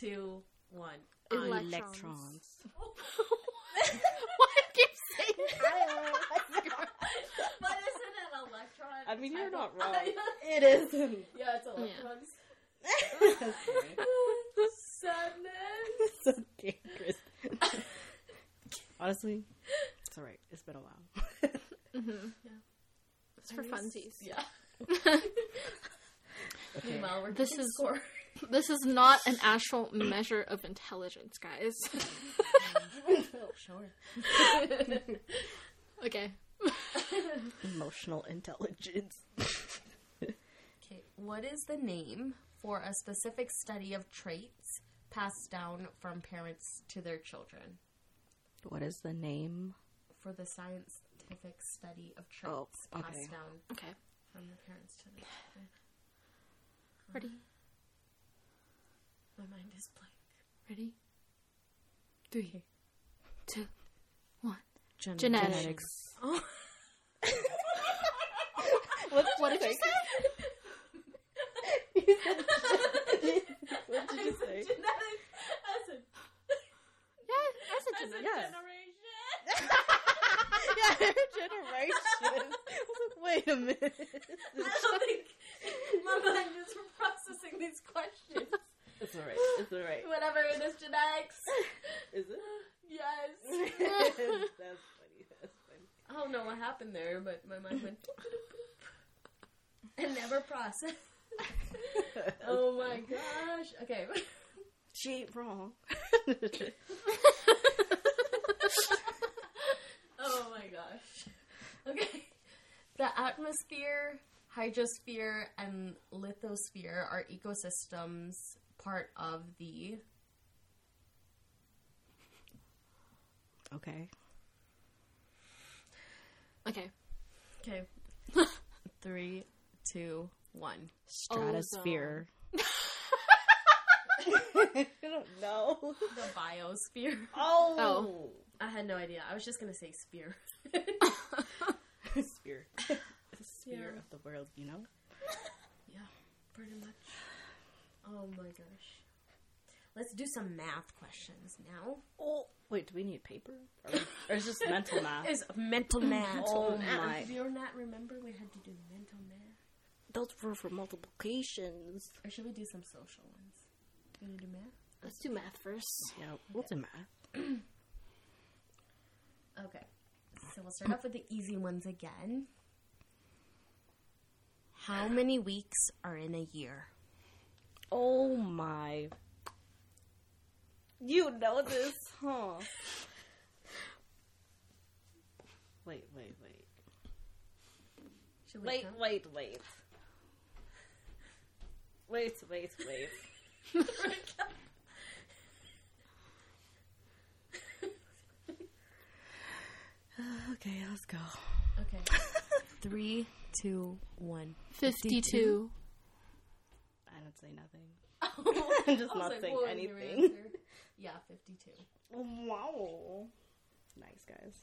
[SPEAKER 1] two, one.
[SPEAKER 3] Electrons.
[SPEAKER 2] Electrons.
[SPEAKER 3] Why do you keep saying
[SPEAKER 1] But isn't it electron?
[SPEAKER 2] I mean, you're not
[SPEAKER 1] I-
[SPEAKER 2] wrong. it is.
[SPEAKER 1] yeah, it's
[SPEAKER 3] electrons.
[SPEAKER 1] Sadness.
[SPEAKER 2] so dangerous. Honestly, it's alright. It's been a while.
[SPEAKER 3] Mm-hmm. It's for funsies.
[SPEAKER 1] Yeah.
[SPEAKER 2] Okay.
[SPEAKER 1] Meanwhile, we're
[SPEAKER 3] This
[SPEAKER 1] keeping
[SPEAKER 3] is-
[SPEAKER 1] score.
[SPEAKER 3] This is not an actual measure of intelligence, guys.
[SPEAKER 1] sure.
[SPEAKER 3] okay.
[SPEAKER 2] Emotional intelligence.
[SPEAKER 1] Okay, what is the name for a specific study of traits passed down from parents to their children?
[SPEAKER 2] What is the name?
[SPEAKER 1] For the scientific study of
[SPEAKER 2] Oh,
[SPEAKER 1] traits
[SPEAKER 2] okay.
[SPEAKER 1] passed down
[SPEAKER 3] Okay.
[SPEAKER 1] from the parents to the children.
[SPEAKER 3] Ready?
[SPEAKER 1] My mind is blank.
[SPEAKER 3] Ready? Three, two, one.
[SPEAKER 2] Genetics.
[SPEAKER 3] Genetics.
[SPEAKER 1] Oh.
[SPEAKER 2] What,
[SPEAKER 3] What did you say?
[SPEAKER 2] What did you say?
[SPEAKER 1] Genetics as a,
[SPEAKER 3] Yeah, that's a
[SPEAKER 1] as a
[SPEAKER 3] genetic.
[SPEAKER 2] Yeah.
[SPEAKER 1] generation.
[SPEAKER 2] yeah, generation. Wait a minute.
[SPEAKER 1] I don't think my mind is processing these questions.
[SPEAKER 2] It's alright. It's alright.
[SPEAKER 1] Whatever it is, genetics.
[SPEAKER 2] Is
[SPEAKER 1] Yes.
[SPEAKER 2] it? That's funny. That's funny.
[SPEAKER 1] I don't know what happened there, but my mind went and never processed. oh my gosh. Okay.
[SPEAKER 2] She ain't wrong.
[SPEAKER 1] Oh my gosh. Okay. The atmosphere, hydrosphere, and lithosphere are ecosystems part of the
[SPEAKER 2] okay.
[SPEAKER 3] Okay.
[SPEAKER 1] Okay. Three, two, one.
[SPEAKER 2] Stratosphere. I don't know.
[SPEAKER 1] The biosphere.
[SPEAKER 2] Oh.
[SPEAKER 1] I had no idea. I was just gonna say spear.
[SPEAKER 2] Sphere. Sphere
[SPEAKER 1] Yeah.
[SPEAKER 2] of the world, you know?
[SPEAKER 1] Yeah, pretty much. Oh my gosh. Let's do some math questions now.
[SPEAKER 2] Oh. Wait, do we need paper? Or, or is this mental math?
[SPEAKER 1] Is mental math.
[SPEAKER 2] Oh my.
[SPEAKER 1] Do you not remember we had to do mental math?
[SPEAKER 2] Those were for multiplications.
[SPEAKER 1] Or should we do some social ones? Do you want to do math?
[SPEAKER 3] Let's do math first.
[SPEAKER 2] Yeah, what's in math?
[SPEAKER 1] Okay. So we'll start off with the easy ones again. How many weeks are in a year?
[SPEAKER 2] Oh my. You know this, huh? Wait, wait, wait.
[SPEAKER 1] Should we
[SPEAKER 2] Wait,
[SPEAKER 1] count?
[SPEAKER 2] wait, wait. Wait, wait, wait. okay, let's go.
[SPEAKER 1] Okay. Three, two, one.
[SPEAKER 3] 52.
[SPEAKER 2] I don't say nothing.
[SPEAKER 1] Oh,
[SPEAKER 2] I'm just
[SPEAKER 1] I was
[SPEAKER 2] not
[SPEAKER 1] like,
[SPEAKER 2] saying
[SPEAKER 1] what was your
[SPEAKER 2] anything.
[SPEAKER 1] answer? Yeah, 52.
[SPEAKER 2] Wow. Nice, guys.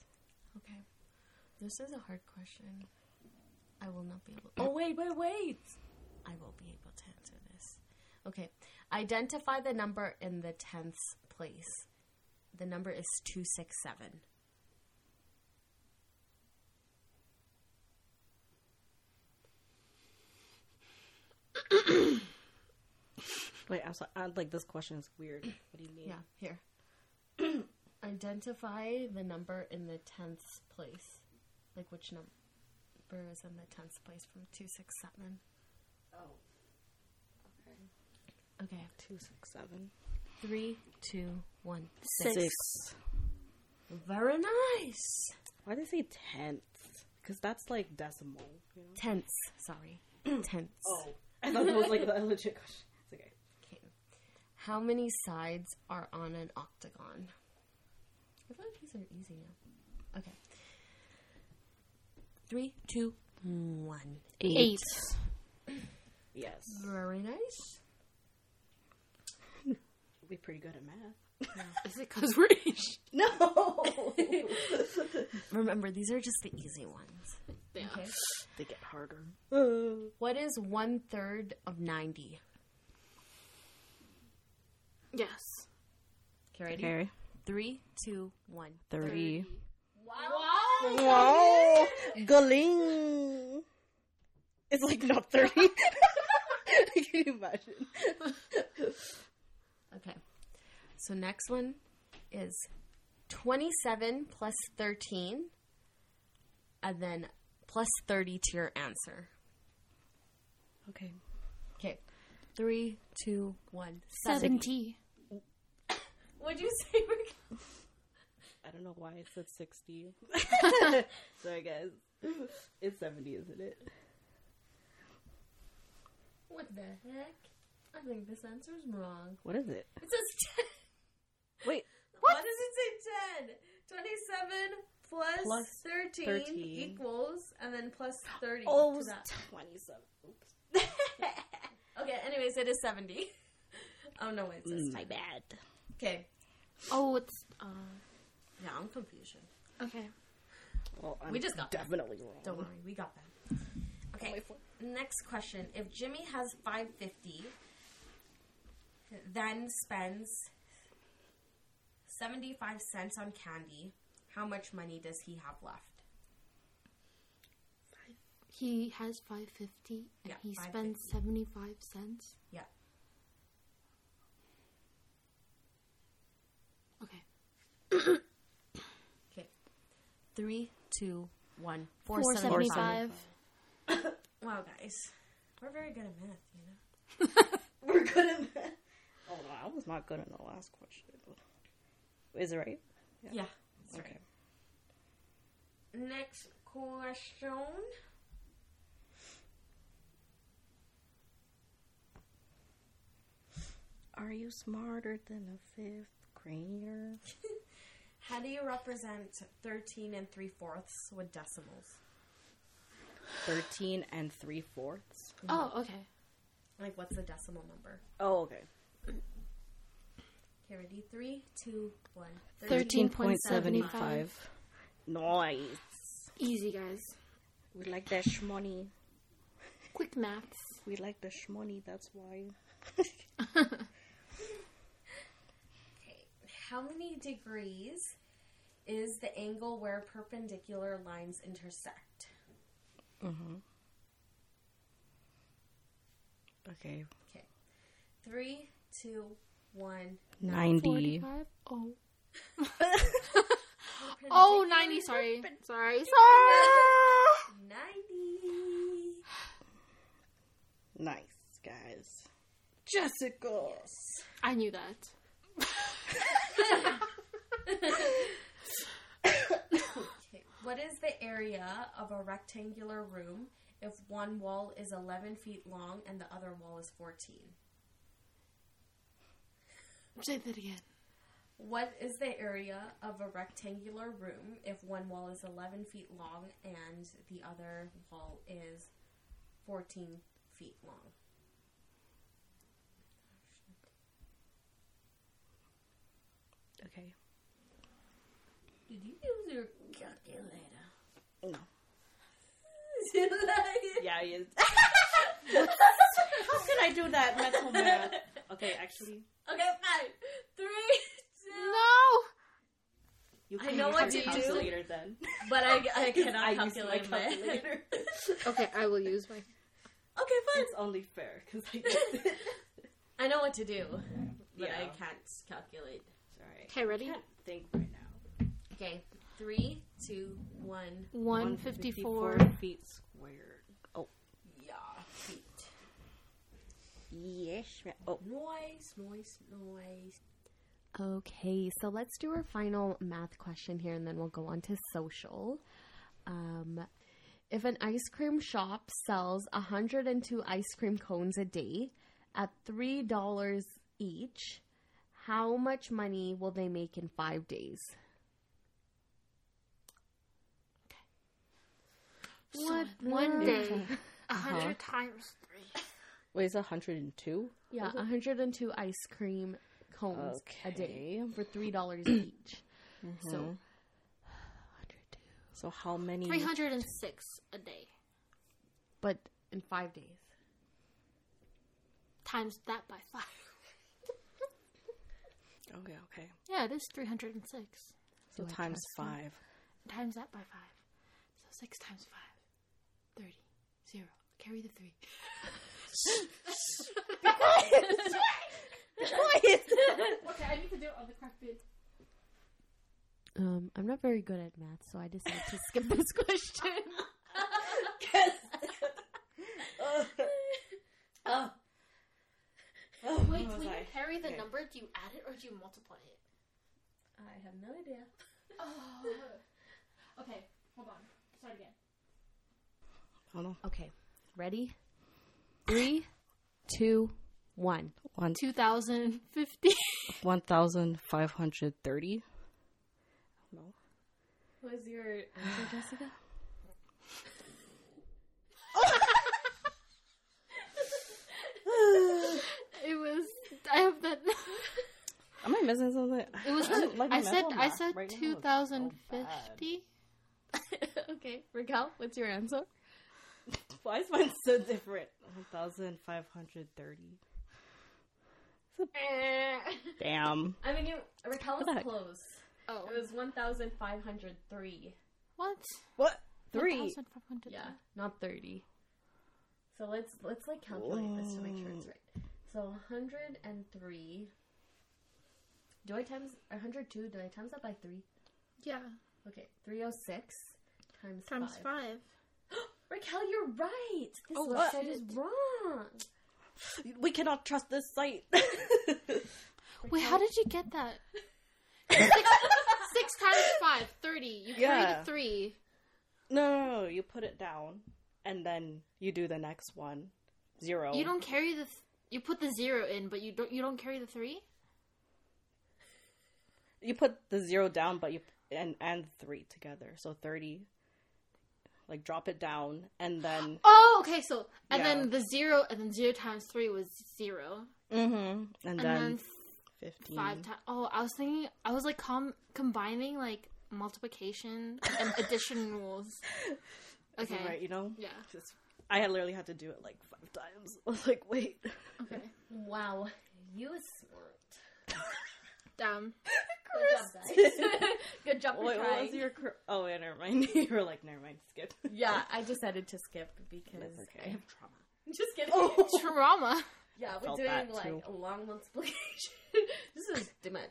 [SPEAKER 1] Okay. This is a hard question. I will not be able Oh, wait, wait, wait! I will be able to answer this. Okay. Identify the number in the tenths place. The number is 267.
[SPEAKER 2] Wait, I'm sorry. I, like, this question is weird. What do you mean?
[SPEAKER 1] Yeah, here. Identify the number in the tenths place. Like, which num- number is in the tenths place from 267?
[SPEAKER 2] Oh. Okay.
[SPEAKER 1] Okay.
[SPEAKER 2] Two, six, seven.
[SPEAKER 1] Three, two, one,
[SPEAKER 3] Six.
[SPEAKER 1] Very nice.
[SPEAKER 2] Why do they say tenths? Because that's like decimal. You know? Oh.
[SPEAKER 1] Tense. Sorry. Tense.
[SPEAKER 2] I thought that was like a legit question. It's okay.
[SPEAKER 1] Okay. How many sides are on an octagon? I feel like these are easy now. Okay. Three, two, one.
[SPEAKER 3] Eight.
[SPEAKER 2] Yes.
[SPEAKER 1] Very nice.
[SPEAKER 2] We're pretty good at math.
[SPEAKER 3] Is it because we're Asian?
[SPEAKER 2] No!
[SPEAKER 1] Remember, these are just the easy ones.
[SPEAKER 3] Yeah.
[SPEAKER 1] Okay.
[SPEAKER 2] they get harder.
[SPEAKER 1] What is one third of 90?
[SPEAKER 3] Yes.
[SPEAKER 1] Okay, ready? Three, two, one.
[SPEAKER 2] Three.
[SPEAKER 1] Wow.
[SPEAKER 2] Wow! Galing! It's like not 30. I can imagine.
[SPEAKER 1] Okay. So next one is 27 plus 13 and then plus 30 to your answer.
[SPEAKER 2] Okay.
[SPEAKER 1] Okay. Three, two, one.
[SPEAKER 3] Seventy.
[SPEAKER 1] Would you say we're
[SPEAKER 2] I don't know why it said 60. so I guess it's 70, isn't it?
[SPEAKER 1] What the heck? I think this answer's wrong.
[SPEAKER 2] What is it?
[SPEAKER 1] It says 10.
[SPEAKER 2] Wait.
[SPEAKER 1] What? Why does it say 10? 27 plus, 13,
[SPEAKER 2] Plus 13.
[SPEAKER 1] equals, and then plus 30.
[SPEAKER 2] Oh, it
[SPEAKER 1] to
[SPEAKER 2] was
[SPEAKER 1] that.
[SPEAKER 2] 27. Oops.
[SPEAKER 1] okay, anyways, it is 70. Oh, no, wait, it says 10.
[SPEAKER 2] My bad.
[SPEAKER 1] Okay,
[SPEAKER 3] Oh, it's uh,
[SPEAKER 1] now I'm confusion.
[SPEAKER 3] okay.
[SPEAKER 2] Well, I'm
[SPEAKER 1] We just got-
[SPEAKER 2] definitely wrong.
[SPEAKER 1] Don't worry, we got that. Okay, next question. If Jimmy has 550, then spends 75 cents on candy, how much money does he have left?
[SPEAKER 3] He has five fifty,
[SPEAKER 1] Yeah,
[SPEAKER 3] and he spends
[SPEAKER 1] 550.
[SPEAKER 3] seventy five cents.
[SPEAKER 1] Yeah.
[SPEAKER 3] Okay,
[SPEAKER 1] Okay. Three, two, one.
[SPEAKER 3] four seventy five.
[SPEAKER 1] Wow, guys. We're very good at math, you know?
[SPEAKER 2] We're good at that. Oh, no, I was not good in the last question. Is it right?
[SPEAKER 1] Yeah. that's
[SPEAKER 2] Okay.
[SPEAKER 1] right. Next question.
[SPEAKER 2] Are you smarter than a fifth grader?
[SPEAKER 1] How do you represent 13 and 3 fourths with decimals?
[SPEAKER 2] 13 and 3 fourths?
[SPEAKER 3] Oh, okay.
[SPEAKER 1] Like, what's the decimal number?
[SPEAKER 2] Oh, okay.
[SPEAKER 1] Okay, ready? Three, two, one.
[SPEAKER 3] Thirteen point seventy five.
[SPEAKER 2] Nice.
[SPEAKER 3] Easy, guys.
[SPEAKER 2] We like that shmoney.
[SPEAKER 3] Quick maths.
[SPEAKER 2] We like the shmoney, that's why.
[SPEAKER 1] Okay. How many degrees is the angle where perpendicular lines intersect?
[SPEAKER 2] Okay.
[SPEAKER 1] Okay. Three, two, one.
[SPEAKER 2] 90.
[SPEAKER 3] 45? Oh. oh, 90. Sorry. Sorry.
[SPEAKER 2] Ah!
[SPEAKER 3] Sorry.
[SPEAKER 1] 90.
[SPEAKER 2] Nice, guys. Jessica!
[SPEAKER 3] I knew that.
[SPEAKER 1] Okay. What is the area of a rectangular room if one wall is 11 feet long and the other wall is 14?
[SPEAKER 3] Say that again.
[SPEAKER 1] What is the area of a rectangular room if one wall is 11 feet long and the other wall is 14 feet long?
[SPEAKER 2] Okay.
[SPEAKER 1] Did you use your calculator?
[SPEAKER 2] No.
[SPEAKER 1] Like-
[SPEAKER 2] Yeah, yes. How can I do that mental math? Okay, actually,
[SPEAKER 1] okay, fine. Three, two.
[SPEAKER 3] No.
[SPEAKER 2] you
[SPEAKER 1] I
[SPEAKER 2] can
[SPEAKER 1] know
[SPEAKER 2] use
[SPEAKER 1] what
[SPEAKER 2] your
[SPEAKER 1] to do.
[SPEAKER 2] calculator then.
[SPEAKER 1] But I, I cannot
[SPEAKER 2] I used my
[SPEAKER 1] calculate my
[SPEAKER 2] calculator.
[SPEAKER 3] Okay, I will use my.
[SPEAKER 1] Okay, fine.
[SPEAKER 2] it's only fair because I used it.
[SPEAKER 1] I know what to do, but I
[SPEAKER 2] Yeah.
[SPEAKER 1] can't calculate.
[SPEAKER 2] Sorry.
[SPEAKER 3] Okay,
[SPEAKER 2] I
[SPEAKER 3] ready?
[SPEAKER 2] can't think right now.
[SPEAKER 1] Okay, three, two, one.
[SPEAKER 3] One fifty four.
[SPEAKER 2] 154 feet squared. Oh.
[SPEAKER 1] Yeah, feet.
[SPEAKER 2] Yes. ma- Oh.
[SPEAKER 1] Noise, noise, noise. Okay, so let's do our final math question here and then we'll go on to social. Um, if an ice cream shop sells 102 ice cream cones a day at $3 each, how much money will they make in five days?
[SPEAKER 3] What? One day. Uh-huh. A 100 times three.
[SPEAKER 2] Wait, is 102?
[SPEAKER 1] Yeah, 102 ice cream cones a day
[SPEAKER 2] Okay.
[SPEAKER 1] for $3 each. So, 102.
[SPEAKER 2] So how many?
[SPEAKER 3] Three hundred and six a day
[SPEAKER 1] But in five days.
[SPEAKER 3] times that by five.
[SPEAKER 2] Okay, okay.
[SPEAKER 3] Yeah, it is three hundred and six
[SPEAKER 2] So times five.
[SPEAKER 3] times that by five. So six times five. Thirty. Zero. Carry the three. Okay, I need to do it on the craft bit.
[SPEAKER 1] Um, I'm not very good at math, so I decided to skip this question.
[SPEAKER 2] oh.
[SPEAKER 3] Wait, when you carry the number, do you add it or do you multiply it?
[SPEAKER 1] I have no idea.
[SPEAKER 3] Oh. okay, hold on. Start again.
[SPEAKER 1] Okay, ready? Three, two, one.
[SPEAKER 2] One,
[SPEAKER 3] 2050.
[SPEAKER 2] 1,530. No.
[SPEAKER 1] What was your answer, Jessica?
[SPEAKER 3] it was. I have that.
[SPEAKER 2] Am I missing something?
[SPEAKER 3] It was.
[SPEAKER 2] don't like
[SPEAKER 3] I
[SPEAKER 2] the
[SPEAKER 3] said.
[SPEAKER 2] mental
[SPEAKER 3] I
[SPEAKER 2] math
[SPEAKER 3] said
[SPEAKER 2] right now. It's so
[SPEAKER 3] 2050.
[SPEAKER 1] okay, Raquel, what's your answer?
[SPEAKER 2] Why is mine so different? 1,530.
[SPEAKER 3] Eh.
[SPEAKER 2] Damn.
[SPEAKER 1] I mean, you, Raquel
[SPEAKER 2] What the
[SPEAKER 1] was
[SPEAKER 2] heck?
[SPEAKER 1] close.
[SPEAKER 3] oh,
[SPEAKER 1] It was 1,503.
[SPEAKER 3] what?
[SPEAKER 2] What? Three.
[SPEAKER 3] 1,500.
[SPEAKER 1] Yeah, not 30. So let's let's like calculate this to make sure it's right. So 103. Do I times 102? Do I times that by three?
[SPEAKER 3] Yeah.
[SPEAKER 1] Okay, 306 times,
[SPEAKER 3] Times
[SPEAKER 1] five.
[SPEAKER 3] five.
[SPEAKER 1] Raquel, you're right. This
[SPEAKER 2] Oh,
[SPEAKER 1] website
[SPEAKER 2] what?
[SPEAKER 1] is wrong.
[SPEAKER 2] We cannot trust this site.
[SPEAKER 3] Wait, how did you get that? six, six times five, 30. You carry
[SPEAKER 2] Yeah.
[SPEAKER 3] the three.
[SPEAKER 2] no, no, no, you put it down and then you do the next one. Zero.
[SPEAKER 3] You don't carry the. Th- you put the zero in, but you don't. You don't carry the three.
[SPEAKER 2] you put the zero down, but you and and three together, so thirty. Like drop it down, and then
[SPEAKER 3] Oh, okay. So and
[SPEAKER 2] Yeah.
[SPEAKER 3] then the zero, and then zero times three was zero,
[SPEAKER 2] mm-hmm. and,
[SPEAKER 3] and
[SPEAKER 2] then,
[SPEAKER 3] then
[SPEAKER 2] fifteen.
[SPEAKER 3] five times. Oh, I was thinking. I was like com- combining like multiplication and addition rules. Okay.
[SPEAKER 2] Right, you know.
[SPEAKER 3] Yeah.
[SPEAKER 2] Just, I had literally had to do it like five times. I was like, wait.
[SPEAKER 3] Okay.
[SPEAKER 1] Wow, you are smart.
[SPEAKER 3] Damn.
[SPEAKER 1] Good job, guys. Good job for
[SPEAKER 2] What, what
[SPEAKER 1] trying.
[SPEAKER 2] was your? Cor- oh, yeah, never mind. you were like, never mind. Skip.
[SPEAKER 1] Yeah, I decided to skip because
[SPEAKER 2] That's okay.
[SPEAKER 1] I have trauma. Just kidding.
[SPEAKER 2] Oh.
[SPEAKER 3] Trauma.
[SPEAKER 1] Yeah, we're
[SPEAKER 2] Felt
[SPEAKER 1] doing
[SPEAKER 2] that,
[SPEAKER 1] like
[SPEAKER 2] too.
[SPEAKER 1] a long multiplication. this is too much.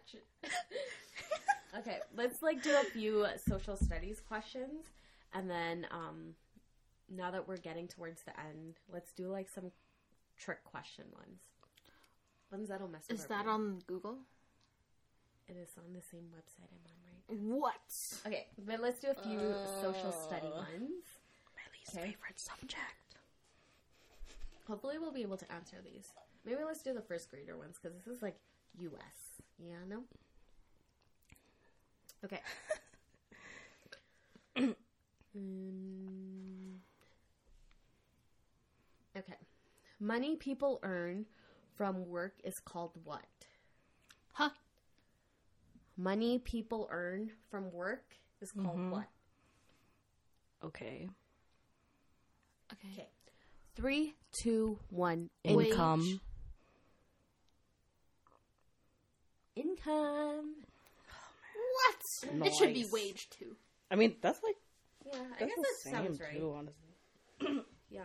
[SPEAKER 1] okay, let's like do a few social studies questions, and then um, now that we're getting towards the end, let's do like some trick question ones. Ones that'll mess. with
[SPEAKER 3] Is
[SPEAKER 1] our
[SPEAKER 3] that
[SPEAKER 1] brain.
[SPEAKER 3] on Google?
[SPEAKER 1] It is on the same website I'm on, right?
[SPEAKER 3] What?
[SPEAKER 1] Okay, but let's do a few social study ones.
[SPEAKER 2] My least
[SPEAKER 1] Okay.
[SPEAKER 2] favorite subject.
[SPEAKER 1] Hopefully, we'll be able to answer these. Maybe let's do the first grader ones because this is like U.S. Yeah, no. Okay. Mm. Okay. Money people earn from work is called what?
[SPEAKER 3] Huh?
[SPEAKER 1] Money people earn from work is called what?
[SPEAKER 2] Okay.
[SPEAKER 3] Okay.
[SPEAKER 1] Okay. Three, two, one.
[SPEAKER 3] Wage.
[SPEAKER 2] Income.
[SPEAKER 1] Income.
[SPEAKER 3] What? It
[SPEAKER 2] Nice.
[SPEAKER 3] should be wage too.
[SPEAKER 2] I mean, that's like
[SPEAKER 1] Yeah, I
[SPEAKER 2] that's
[SPEAKER 1] guess
[SPEAKER 2] the
[SPEAKER 1] that
[SPEAKER 2] same
[SPEAKER 1] sounds right.
[SPEAKER 2] too. Honestly.
[SPEAKER 1] Yeah.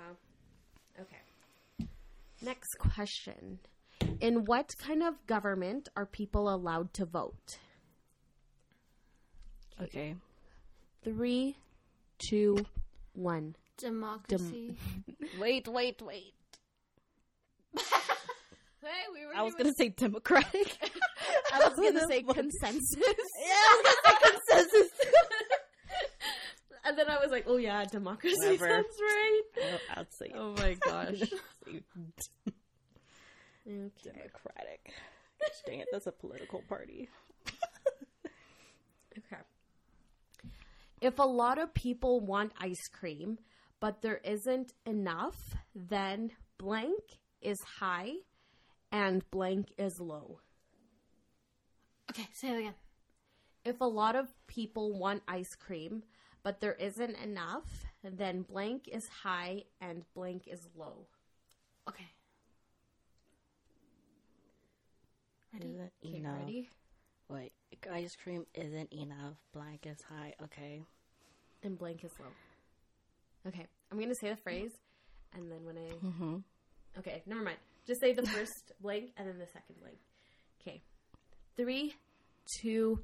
[SPEAKER 1] Okay. Next question. In what kind of government are people allowed to vote?
[SPEAKER 2] Okay.
[SPEAKER 1] Three, two, one.
[SPEAKER 3] Democracy.
[SPEAKER 2] Wait, wait, wait.
[SPEAKER 1] Hey, we were.
[SPEAKER 2] I was gonna say democratic.
[SPEAKER 1] I was gonna
[SPEAKER 2] That's
[SPEAKER 1] say
[SPEAKER 2] funny.
[SPEAKER 1] consensus,
[SPEAKER 2] Consensus.
[SPEAKER 1] and then I was like, "Oh yeah, democracy
[SPEAKER 2] Whatever.
[SPEAKER 1] sounds right."
[SPEAKER 2] I'd say
[SPEAKER 1] Oh my gosh. okay.
[SPEAKER 2] democratic. Gosh, Dang it, that's a political party.
[SPEAKER 1] Okay. If a lot of people want ice cream, but there isn't enough, then blank is high and blank is low.
[SPEAKER 3] Okay, say it again.
[SPEAKER 1] If a lot of people want ice cream, but there isn't enough, then blank is high and blank is low.
[SPEAKER 3] Okay. Ready?
[SPEAKER 2] Isn't
[SPEAKER 1] Okay,
[SPEAKER 2] enough.
[SPEAKER 1] ready?
[SPEAKER 2] Wait, ice cream isn't enough. Blank is high. Okay.
[SPEAKER 1] And Mm-hmm. blank is low. Okay, I'm going to say the phrase, and then when I Okay, never mind. Just say the first blank and then the second blank. Okay. Three, two,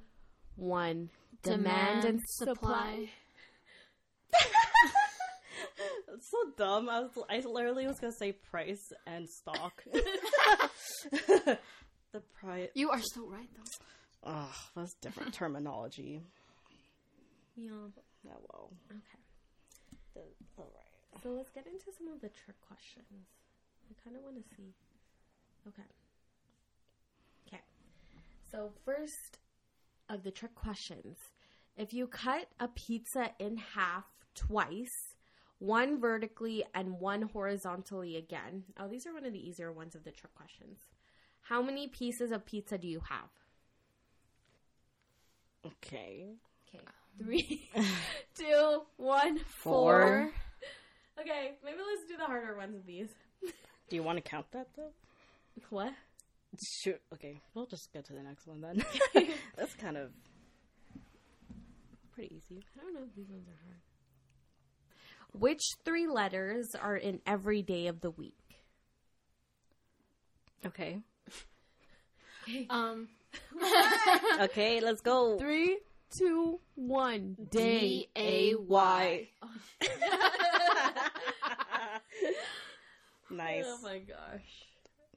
[SPEAKER 1] one. Demand, and supply.
[SPEAKER 2] It's so dumb. I, was, I literally was gonna say price and stock. the price.
[SPEAKER 3] You are so right, though.
[SPEAKER 2] Ugh, that's different terminology.
[SPEAKER 1] Yeah.
[SPEAKER 2] Oh well.
[SPEAKER 1] Okay.
[SPEAKER 2] All right.
[SPEAKER 1] So let's get into some of the trick questions. I kind of want to see. Okay. Okay. So first of the trick questions. If you cut a pizza in half twice, one vertically and one horizontally again. Oh, these are one of the easier ones of the trick questions. How many pieces of pizza do you have?
[SPEAKER 2] Okay.
[SPEAKER 1] Okay. Three, two, one, four.
[SPEAKER 2] Four.
[SPEAKER 1] Okay, maybe let's do the harder ones of these.
[SPEAKER 2] Do you want to count that though?
[SPEAKER 1] What?
[SPEAKER 2] Shoot. Okay, we'll just go to the next one then. that's kind of pretty easy.
[SPEAKER 1] I don't know if these ones are hard. Which three letters are in every day of the week?
[SPEAKER 2] Okay.
[SPEAKER 3] Um,
[SPEAKER 2] Okay, let's go.
[SPEAKER 1] Three, two, one.
[SPEAKER 3] D A Y.
[SPEAKER 2] nice.
[SPEAKER 1] Oh my gosh.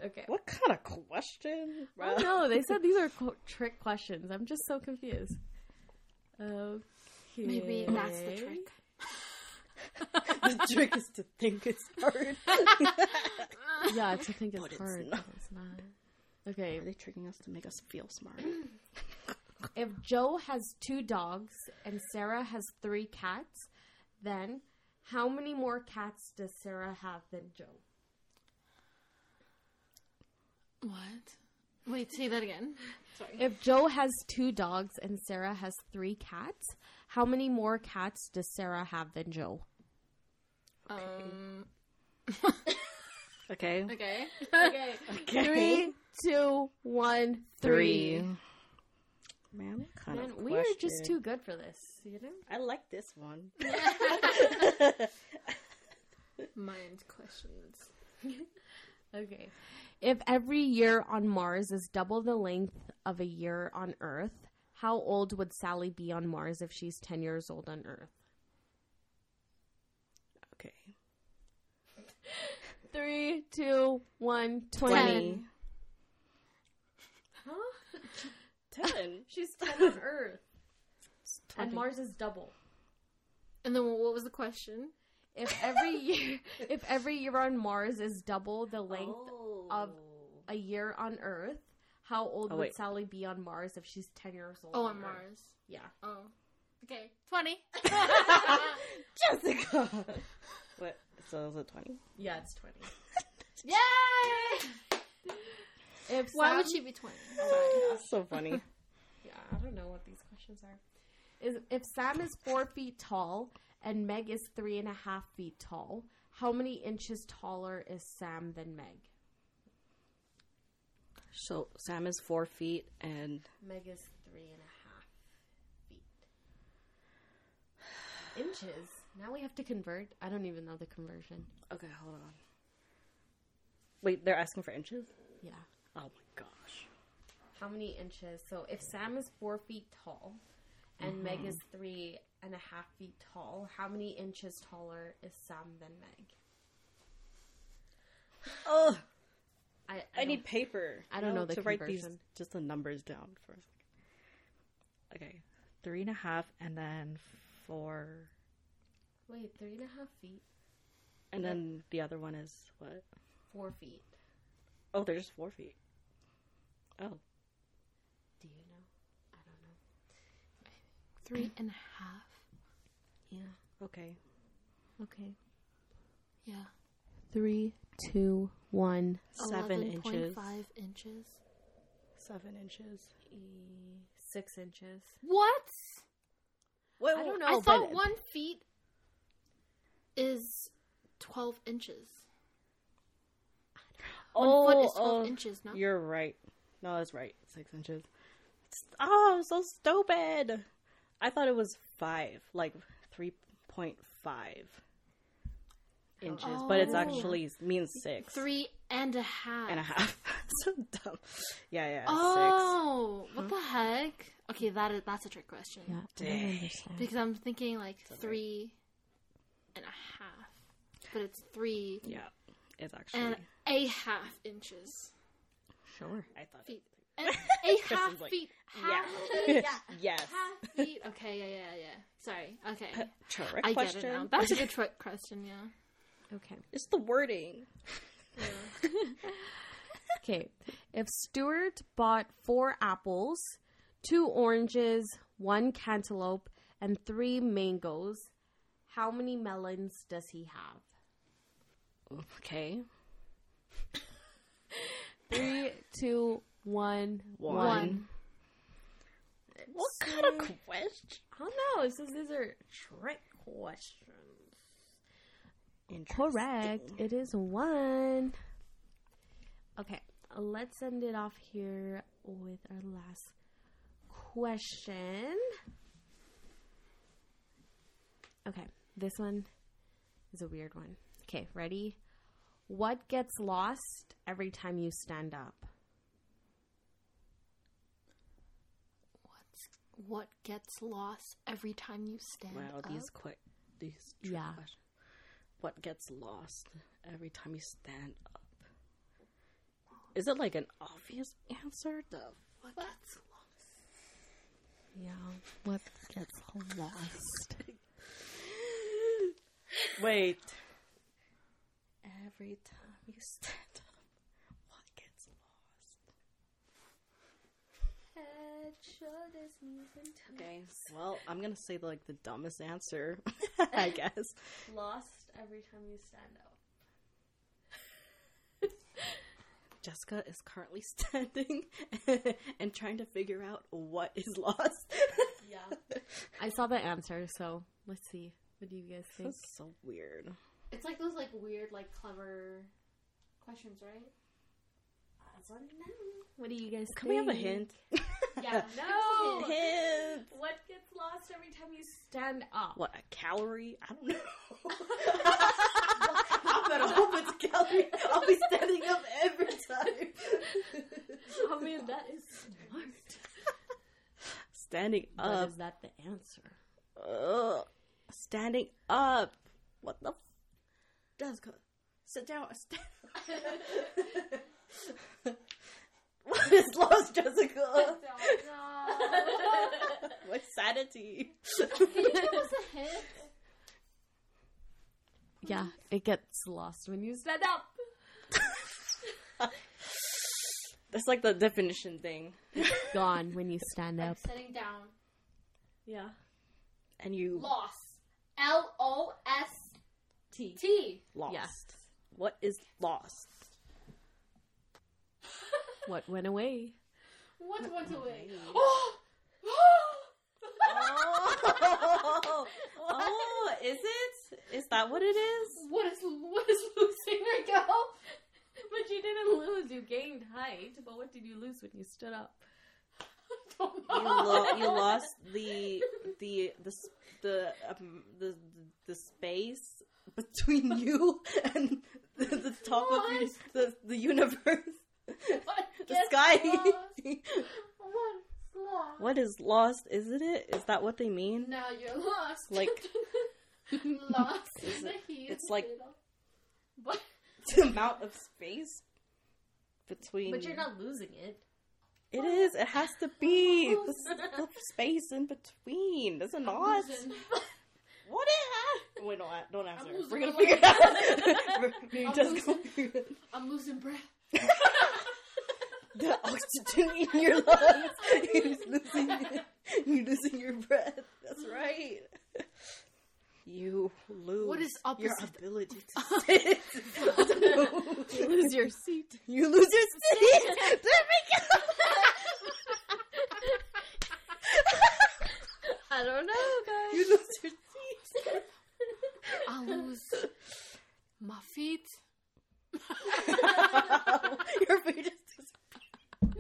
[SPEAKER 1] Okay.
[SPEAKER 2] What kind of question?
[SPEAKER 1] Oh no, they said these are qu- trick questions. I'm just so confused. Okay.
[SPEAKER 3] Maybe that's the trick.
[SPEAKER 2] the trick is to think it's hard.
[SPEAKER 1] Yeah, to think it's
[SPEAKER 2] But it's
[SPEAKER 1] hard.
[SPEAKER 2] not.
[SPEAKER 1] but it's not. Okay.
[SPEAKER 2] Are they tricking us to make us feel smart?
[SPEAKER 1] If Joe has two dogs and Sarah has three cats, then how many more cats does Sarah have than Joe?
[SPEAKER 3] What? Wait, say that again. Sorry.
[SPEAKER 1] If Joe has two dogs and Sarah has three cats, how many more cats does Sarah have than Joe?
[SPEAKER 3] Um.
[SPEAKER 2] Okay.
[SPEAKER 3] Okay.
[SPEAKER 1] Okay. Three, two, one, three.
[SPEAKER 2] Man, what kind
[SPEAKER 1] Man,
[SPEAKER 2] of
[SPEAKER 1] we are just
[SPEAKER 2] question?
[SPEAKER 1] too good for this, you know?
[SPEAKER 2] I like this one.
[SPEAKER 3] Mind questions.
[SPEAKER 1] Okay. If every year on Mars is double the length of a year on Earth, how old would Sally be on Mars if she's 10 years old on Earth?
[SPEAKER 2] Okay.
[SPEAKER 1] Three, two, one,
[SPEAKER 2] Twenty.
[SPEAKER 1] twenty. Huh?
[SPEAKER 2] Ten.
[SPEAKER 1] She's 10 on Earth.
[SPEAKER 2] It's
[SPEAKER 1] and
[SPEAKER 2] twenty.
[SPEAKER 1] Mars is double.
[SPEAKER 3] And then what was the question?
[SPEAKER 1] If every year if every year on Mars is double the length
[SPEAKER 3] Oh.
[SPEAKER 1] of a year on Earth, how old
[SPEAKER 2] Oh,
[SPEAKER 1] would
[SPEAKER 2] wait.
[SPEAKER 1] Sally be on Mars if she's 10 years old?
[SPEAKER 3] Oh, on
[SPEAKER 1] Earth?
[SPEAKER 3] Mars.
[SPEAKER 1] Yeah.
[SPEAKER 3] Oh. Okay. 20.
[SPEAKER 2] Jessica. what? So is it twenty?
[SPEAKER 1] Yeah, it's 20.
[SPEAKER 3] Yay!
[SPEAKER 1] If
[SPEAKER 3] Why
[SPEAKER 1] Sam-
[SPEAKER 3] would she be 20?
[SPEAKER 2] That's so funny.
[SPEAKER 1] Yeah, I don't know what these questions are. Is if Sam is four feet tall and Meg is three and a half feet tall, how many inches taller is Sam than Meg?
[SPEAKER 2] so Sam is four feet, and
[SPEAKER 1] Meg is three and a half feet. Inches. Now we have to convert. I don't even know the conversion.
[SPEAKER 2] okay, hold on. Wait, they're asking for inches.
[SPEAKER 1] Yeah.
[SPEAKER 2] Oh my gosh.
[SPEAKER 1] How many inches? So if Sam is four feet tall and Meg is three and a half feet tall, how many inches taller is Sam than Meg?
[SPEAKER 2] Oh,
[SPEAKER 1] I,
[SPEAKER 2] I,
[SPEAKER 1] don't-
[SPEAKER 2] need paper.
[SPEAKER 1] I don't
[SPEAKER 2] you
[SPEAKER 1] know the
[SPEAKER 2] to write these
[SPEAKER 1] conversion.
[SPEAKER 2] just the numbers down for a second. Okay, three and a half, and then four,
[SPEAKER 1] Wait, three and a half feet,
[SPEAKER 2] and then the other one is what?
[SPEAKER 1] four feet.
[SPEAKER 2] Oh, they're just four feet. Oh,
[SPEAKER 1] Do you know? I don't know.
[SPEAKER 3] Three and a half.
[SPEAKER 1] Yeah.
[SPEAKER 2] okay.
[SPEAKER 1] Okay.
[SPEAKER 3] Yeah.
[SPEAKER 1] Three, two, one,
[SPEAKER 2] Seven inches.
[SPEAKER 3] 5 inches.
[SPEAKER 2] Seven inches.
[SPEAKER 1] E, six inches.
[SPEAKER 3] What?
[SPEAKER 2] Well,
[SPEAKER 1] I don't know.
[SPEAKER 3] I thought
[SPEAKER 2] but-
[SPEAKER 3] one feet is 12 inches.
[SPEAKER 2] Oh,
[SPEAKER 3] One foot is 12
[SPEAKER 2] oh,
[SPEAKER 3] inches, no?
[SPEAKER 2] You're right. No, that's right. Six inches. It's, oh, so stupid. I thought it was five, like three point five inches, but it's
[SPEAKER 4] Oh.
[SPEAKER 2] actually means six
[SPEAKER 4] Three and a half.
[SPEAKER 2] and a half. so dumb. Yeah, yeah.
[SPEAKER 4] Oh, what the heck? Okay, that is that's a trick question.
[SPEAKER 1] Yeah, I don't
[SPEAKER 2] Dang.
[SPEAKER 1] understand.
[SPEAKER 4] Because I'm thinking like three and a half, but it's three
[SPEAKER 2] Six. Yeah, it's actually.
[SPEAKER 4] and a half inches.
[SPEAKER 1] Sure.
[SPEAKER 2] I thought.
[SPEAKER 4] Feet. And a half
[SPEAKER 2] Kristen's like,
[SPEAKER 4] feet. Half
[SPEAKER 2] Yeah.
[SPEAKER 4] feet.
[SPEAKER 2] Yes.
[SPEAKER 4] Half feet. Okay, yeah, yeah, yeah. Sorry. Okay.
[SPEAKER 2] Trick
[SPEAKER 4] I
[SPEAKER 2] question.
[SPEAKER 4] get it now. That's a good trick question, yeah.
[SPEAKER 1] Okay.
[SPEAKER 2] it's the wording.
[SPEAKER 1] Okay. If Stuart bought four apples, two oranges, one cantaloupe, and three mangoes, how many melons does he have?
[SPEAKER 2] Okay.
[SPEAKER 1] Three, two, one, one.
[SPEAKER 2] One. What kind of question?
[SPEAKER 1] I don't know. It says these are
[SPEAKER 5] Trick question.
[SPEAKER 1] correct. It is one. Okay. Let's end it off here with our last question. Okay. This one is a weird one. Okay. Ready? What gets lost every time you stand up?
[SPEAKER 4] What gets lost every time you stand
[SPEAKER 2] Wow,
[SPEAKER 4] up?
[SPEAKER 2] these quick, these trick
[SPEAKER 1] Yeah.
[SPEAKER 2] questions. What gets lost every time you stand up? Is it like an obvious answer? The
[SPEAKER 4] What gets
[SPEAKER 1] Yeah.
[SPEAKER 2] what gets lost? Wait. Every time you stand up, what gets lost?
[SPEAKER 4] Head, shoulders, knees, and toes.
[SPEAKER 2] Okay, well, I'm gonna say like the dumbest answer, I guess.
[SPEAKER 5] Lost every time you stand up.
[SPEAKER 2] Jessica is currently standing and trying to figure out what is lost.
[SPEAKER 5] Yeah.
[SPEAKER 1] I saw the answer, so let's see. What do you guys think?
[SPEAKER 2] That's so weird.
[SPEAKER 4] It's like those like weird like clever questions, right?
[SPEAKER 1] What do you guys
[SPEAKER 2] Can we have a hint? Uh,
[SPEAKER 4] Yeah. no.
[SPEAKER 2] hint.
[SPEAKER 5] What gets lost every time you stand up?
[SPEAKER 2] What a calorie? I don't know. I'm gonna hope it's a calorie. I'll be standing up every time.
[SPEAKER 1] I mean, that is smart.
[SPEAKER 2] Standing
[SPEAKER 1] But
[SPEAKER 2] up.
[SPEAKER 1] is that the answer?
[SPEAKER 2] Ugh. Standing up. What the? F- Jessica, sit down. Stand. what is lost, Jessica? What sanity?
[SPEAKER 4] a hint?
[SPEAKER 1] Yeah, it gets lost when you stand up.
[SPEAKER 2] That's like the definition thing.
[SPEAKER 1] Gone when you stand up.
[SPEAKER 4] Sitting down.
[SPEAKER 2] Yeah. And you
[SPEAKER 4] Loss. L O S
[SPEAKER 1] T.
[SPEAKER 4] T.
[SPEAKER 2] lost.
[SPEAKER 1] Yes.
[SPEAKER 2] What is lost?
[SPEAKER 1] What went away?
[SPEAKER 4] What went away?
[SPEAKER 2] oh, oh, is it? Is that what it is?
[SPEAKER 4] What is what is losing or go?
[SPEAKER 1] But you didn't lose. You gained height. But what did you lose when you stood up?
[SPEAKER 4] Don't
[SPEAKER 2] You, lo- you lost the the the s- the, um, the the space between you and the, the top of your, the the universe,
[SPEAKER 4] What
[SPEAKER 2] the
[SPEAKER 4] gets
[SPEAKER 2] sky.
[SPEAKER 4] lost? What is lost?
[SPEAKER 2] what is lost? Isn't it? Is that what they mean?
[SPEAKER 4] Now you're lost.
[SPEAKER 2] Like-
[SPEAKER 4] lost in the heat.
[SPEAKER 2] it's like-
[SPEAKER 4] What?
[SPEAKER 2] the amount of space between.
[SPEAKER 5] But you're not losing it.
[SPEAKER 2] It is. It has to be the, s- the space in between. Does it not? What is that? Wait, no, I- don't answer.
[SPEAKER 4] losing
[SPEAKER 2] We're gonna
[SPEAKER 4] my
[SPEAKER 2] figure it out. We're- we
[SPEAKER 4] I'm
[SPEAKER 2] just gonna figure it-
[SPEAKER 4] I'm losing breath.
[SPEAKER 2] the oxygen in your lungs. You're losing, it. you're losing your breath. That's right. You lose
[SPEAKER 4] What is
[SPEAKER 2] your
[SPEAKER 4] opposite-
[SPEAKER 2] ability to sit. I don't know.
[SPEAKER 1] You lose your seat.
[SPEAKER 2] You lose your seat. There we go.
[SPEAKER 1] I don't know,
[SPEAKER 2] You lose your seat.
[SPEAKER 4] I lose my feet.
[SPEAKER 2] your feet just dis-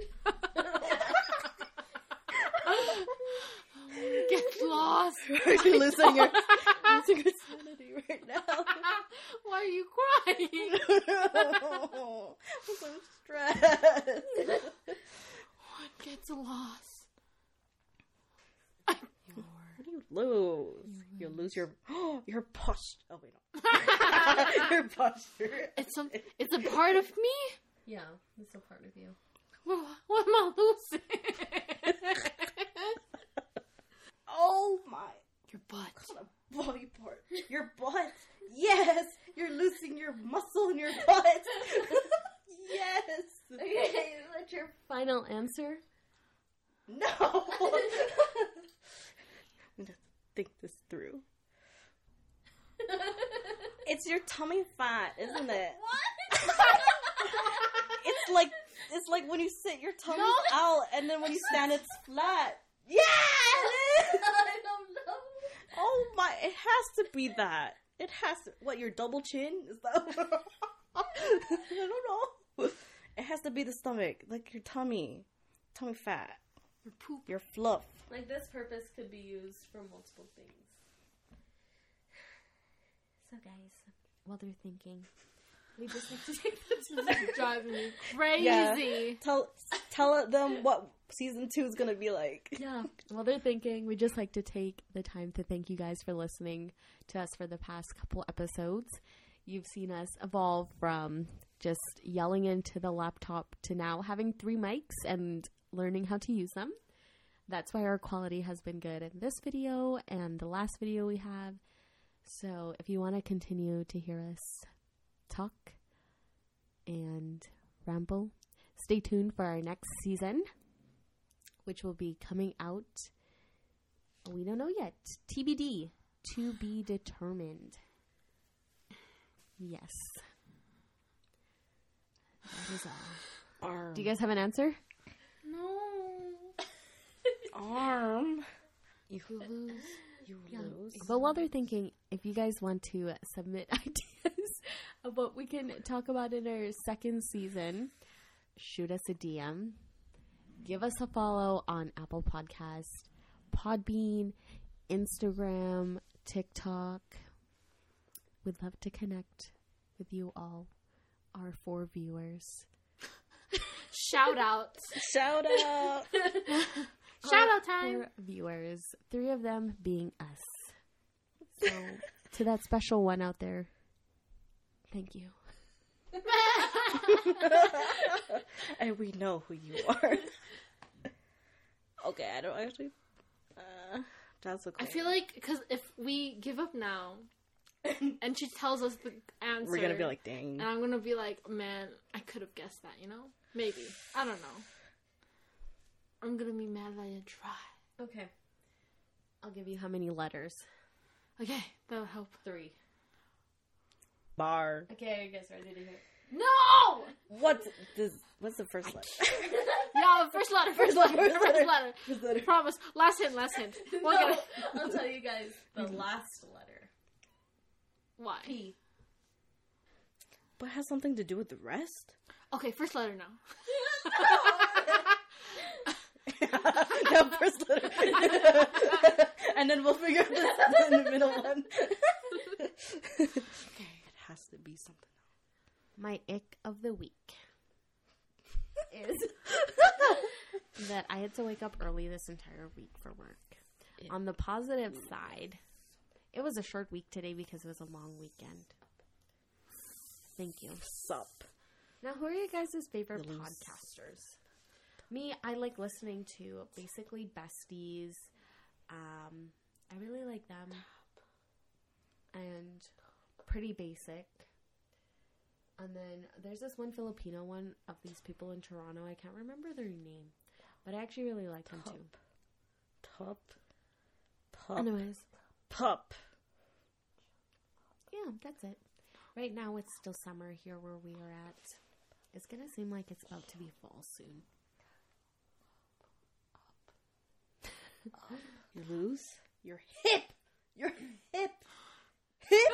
[SPEAKER 4] Get lost.
[SPEAKER 2] You're losing your losing your sanity right now.
[SPEAKER 4] Why are you you crying?
[SPEAKER 2] I'm so stressed.
[SPEAKER 4] One gets lost.
[SPEAKER 2] What do you lose? You lose your your posture. Oh wait, no. your posture.
[SPEAKER 4] It's some. It's a part of me.
[SPEAKER 6] Yeah, it's a part of you.
[SPEAKER 4] What, what am I losing?
[SPEAKER 2] Oh my
[SPEAKER 4] Your butt.
[SPEAKER 2] what a body part. Your butt. Yes, you're losing your muscle in your butt. yes.
[SPEAKER 6] Okay, is that your
[SPEAKER 1] Final answer?
[SPEAKER 2] No. I'm gonna think this through. It's your tummy fat, isn't it? It's like it's like when you sit your tummy's
[SPEAKER 4] No.
[SPEAKER 2] out and then when you stand it's flat. Yes!
[SPEAKER 6] I don't know.
[SPEAKER 2] Oh my! It has to be that. It has to. What your double chin is that? I don't know. It has to be the stomach, like your tummy, tummy fat,
[SPEAKER 4] Your poop.
[SPEAKER 2] your fluff.
[SPEAKER 6] Like this purpose could be used for multiple things.
[SPEAKER 1] So, guys, while they're thinking, we just have to take this.
[SPEAKER 4] driving me crazy.
[SPEAKER 2] Tell tell them what season two is gonna be like.
[SPEAKER 1] Yeah, while they're thinking, we just like to take the time to thank you guys for listening to us for the past couple episodes. You've seen us evolve from just yelling into the laptop to now having three mics and learning how to use them. That's why our quality has been good in this video and the last video we have. So if you want to continue to hear us talk and ramble, stay tuned for our next season which will be coming out. We don't know yet. TBD. To be determined. Yes. That is all.
[SPEAKER 2] Arm.
[SPEAKER 1] Do you guys have an answer?
[SPEAKER 4] No.
[SPEAKER 2] Arm. You
[SPEAKER 4] lose.
[SPEAKER 2] you lose.
[SPEAKER 1] But while they're thinking, if you guys want to submit ideas of what we can talk about in our second season, shoot us a DM. Give us a follow on Apple Podcast, Podbean, Instagram, TikTok. We'd love to connect with you all, our four viewers.
[SPEAKER 4] Shout out.
[SPEAKER 2] Shout out.
[SPEAKER 4] Shout out time.
[SPEAKER 1] Four viewers, three of them being us. So, to that special one out there, thank you.
[SPEAKER 2] and we know who you are. okay, I don't actually. Uh, that's okay.
[SPEAKER 4] I feel like because if we give up now, and she tells us the answer,
[SPEAKER 2] we're gonna be like, dang.
[SPEAKER 4] and I'm gonna be like, man, I could have guessed that. You know, maybe I don't know. I'm gonna be mad that I didn't try.
[SPEAKER 6] Okay,
[SPEAKER 1] I'll give you how many letters?
[SPEAKER 4] Okay, that would help.
[SPEAKER 6] three.
[SPEAKER 2] Bar.
[SPEAKER 6] Okay, I guess ready to hear.
[SPEAKER 4] No.
[SPEAKER 2] What's this? What's the first letter?
[SPEAKER 4] Yeah, first letter, first letter, first letter. First letter. Promise. Last hint, last hint. We'll
[SPEAKER 6] no,
[SPEAKER 4] get it.
[SPEAKER 6] I'll tell you guys the
[SPEAKER 1] Mm-hmm.
[SPEAKER 6] last letter.
[SPEAKER 4] Why?
[SPEAKER 6] P.
[SPEAKER 2] but it has something to do with the rest.
[SPEAKER 4] Okay, first letter now.
[SPEAKER 2] no, first letter. and then we'll figure out the, the middle one. okay, it has to be something.
[SPEAKER 1] My ick of the week
[SPEAKER 6] Is
[SPEAKER 1] that I had to wake up early this entire week for work. On the positive side, it was a short week today because it was a long weekend. Thank you.
[SPEAKER 2] Sup.
[SPEAKER 1] Now, who are you guys' favorite
[SPEAKER 2] Release.
[SPEAKER 1] podcasters? Me, I like listening to basically besties. Um, I really like them. And pretty basic. And then there's this one Filipino one of these people in Toronto. I can't remember their name, but I actually really like them too.
[SPEAKER 2] Pup. Pup.
[SPEAKER 1] Anyways,
[SPEAKER 2] Pup.
[SPEAKER 1] yeah, that's it. Right now, it's still summer here where we are at. It's gonna seem like it's about to be fall soon.
[SPEAKER 2] You lose. Your hip. Your hip. Hip.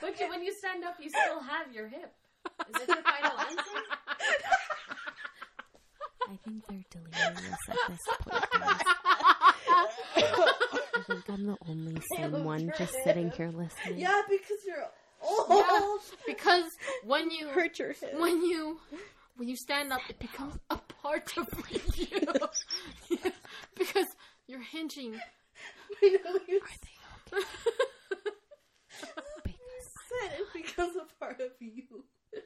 [SPEAKER 6] but you, when you stand up, you still have your hip. Is that your final answer?
[SPEAKER 1] I think they're delirious at this point. guys. I think I'm I'm the only sane one just sitting here listening.
[SPEAKER 2] Yeah, because you're old.
[SPEAKER 4] Yeah, because when you
[SPEAKER 2] Hurt your hip.
[SPEAKER 4] when you when you stand up, it becomes a part of you because you're hinging.
[SPEAKER 2] I know you
[SPEAKER 1] Because
[SPEAKER 2] said it becomes a part of you.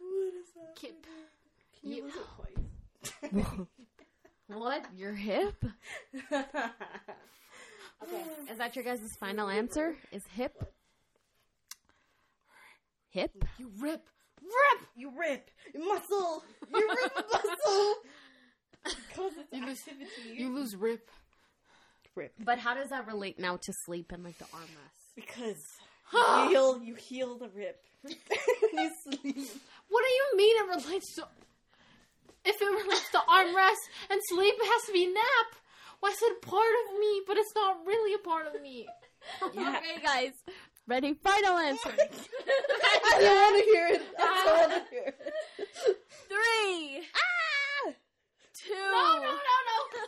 [SPEAKER 2] What is that?
[SPEAKER 4] Kip,
[SPEAKER 2] Can you
[SPEAKER 4] you-
[SPEAKER 2] lose it
[SPEAKER 1] what? Your hip?
[SPEAKER 2] twice?
[SPEAKER 1] Is that your guys' final answer? Is hip? Hip?
[SPEAKER 4] you rip, rip.
[SPEAKER 2] you rip your muscle. You rip a muscle. Because it's
[SPEAKER 4] You lose-
[SPEAKER 2] activity.
[SPEAKER 4] You lose rip.
[SPEAKER 2] rip
[SPEAKER 1] But how does that relate now to sleep and like the armrest?
[SPEAKER 2] because you heal. You heal the rip. you sleep.
[SPEAKER 4] What do you mean it relates to? If it relates to armrest and sleep, it has to be nap. Why is it part of me, but it's not really a part of me?
[SPEAKER 1] Okay, guys. Ready? Final answer.
[SPEAKER 2] I don't want to hear it. I don't want to hear it.
[SPEAKER 1] Three. Ah! Two.
[SPEAKER 4] No, no, no, no.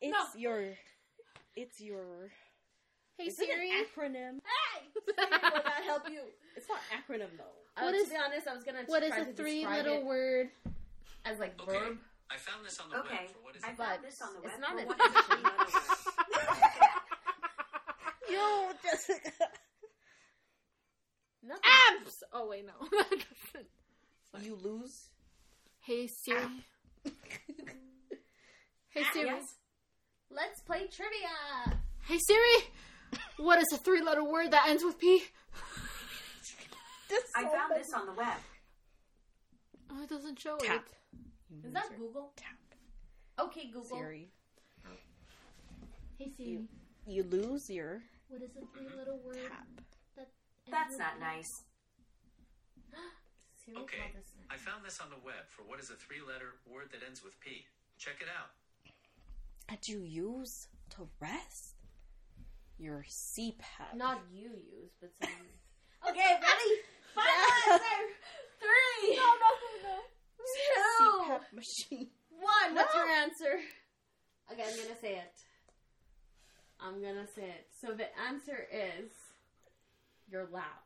[SPEAKER 2] It's your. It's your.
[SPEAKER 4] Hey
[SPEAKER 2] Is it
[SPEAKER 4] Siri,
[SPEAKER 2] an acronym? help you. It's not acronym though.
[SPEAKER 1] Uh,
[SPEAKER 4] What
[SPEAKER 1] to
[SPEAKER 4] is-
[SPEAKER 1] be honest, I was gonna.
[SPEAKER 4] what is
[SPEAKER 1] try
[SPEAKER 4] a
[SPEAKER 1] to
[SPEAKER 4] three
[SPEAKER 1] describe
[SPEAKER 4] little
[SPEAKER 1] it
[SPEAKER 4] word?
[SPEAKER 1] As like
[SPEAKER 7] Okay.
[SPEAKER 1] verb.
[SPEAKER 7] I found this on the
[SPEAKER 8] Okay.
[SPEAKER 7] web for what is
[SPEAKER 8] I
[SPEAKER 7] it?
[SPEAKER 8] found
[SPEAKER 1] But
[SPEAKER 8] this on the
[SPEAKER 1] it's
[SPEAKER 8] web.
[SPEAKER 1] not
[SPEAKER 8] for
[SPEAKER 1] an
[SPEAKER 8] what is it?
[SPEAKER 2] Yo, Jessica.
[SPEAKER 1] Nothing.
[SPEAKER 4] Abs. Oh wait, no.
[SPEAKER 2] You lose.
[SPEAKER 4] hey Siri. hey Siri.
[SPEAKER 1] Let's play trivia.
[SPEAKER 4] Hey Siri. What is a three-letter word that ends with P?
[SPEAKER 8] I found this on the web.
[SPEAKER 4] Oh, it doesn't show
[SPEAKER 2] Tap.
[SPEAKER 4] it.
[SPEAKER 1] Is that Google?
[SPEAKER 2] Tap.
[SPEAKER 1] Okay, Google.
[SPEAKER 2] Siri.
[SPEAKER 4] Hey Siri.
[SPEAKER 2] You lose your.
[SPEAKER 4] What is a three-letter word?
[SPEAKER 8] That's not nice.
[SPEAKER 1] Siri
[SPEAKER 7] Okay.
[SPEAKER 1] called this in.
[SPEAKER 7] I found this on the web for what is a three letter word that ends with P. Check it out.
[SPEAKER 2] That you use to rest. Your CPAP.
[SPEAKER 1] Not you use, but someone. okay, ready? Final answer. Three. No, no, no, no. Two.
[SPEAKER 2] CPAP machine.
[SPEAKER 1] One. What's your answer? Okay, I'm gonna say it. I'm gonna say it. So the answer is your lap.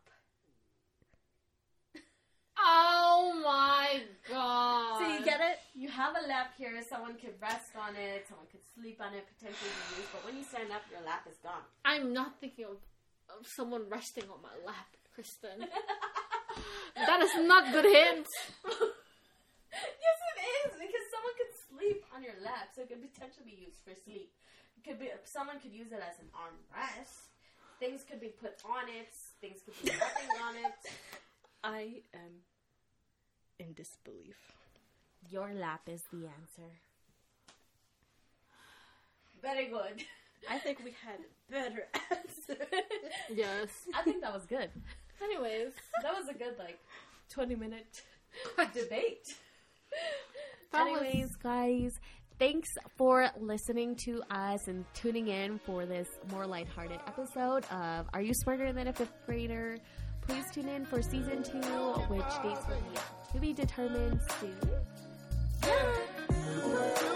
[SPEAKER 4] Oh my god.
[SPEAKER 1] So you get it? You have a lap here. Someone could rest on it. Someone could sleep on it. Potentially use. But when you stand up, your lap is gone.
[SPEAKER 4] I'm not thinking of, of someone resting on my lap, Kristen. that is not good hint.
[SPEAKER 1] yes, it is because someone could sleep on your lap, so it could potentially be used for sleep. It could be someone could use it as an armrest. Things could be put on it. Things could be nothing on it.
[SPEAKER 2] I am in disbelief.
[SPEAKER 1] Your lap is the answer. Very good.
[SPEAKER 2] I think we had better answer.
[SPEAKER 4] Yes.
[SPEAKER 1] I think that was good.
[SPEAKER 4] Anyways,
[SPEAKER 1] That was a good like twenty minute debate.
[SPEAKER 4] That was-
[SPEAKER 1] Anyways, guys, thanks for listening to us and tuning in for this more lighthearted episode of Are You Smarter Than a Fifth Grader? Please tune in for season two, which dates will be to be determined soon. Yeah.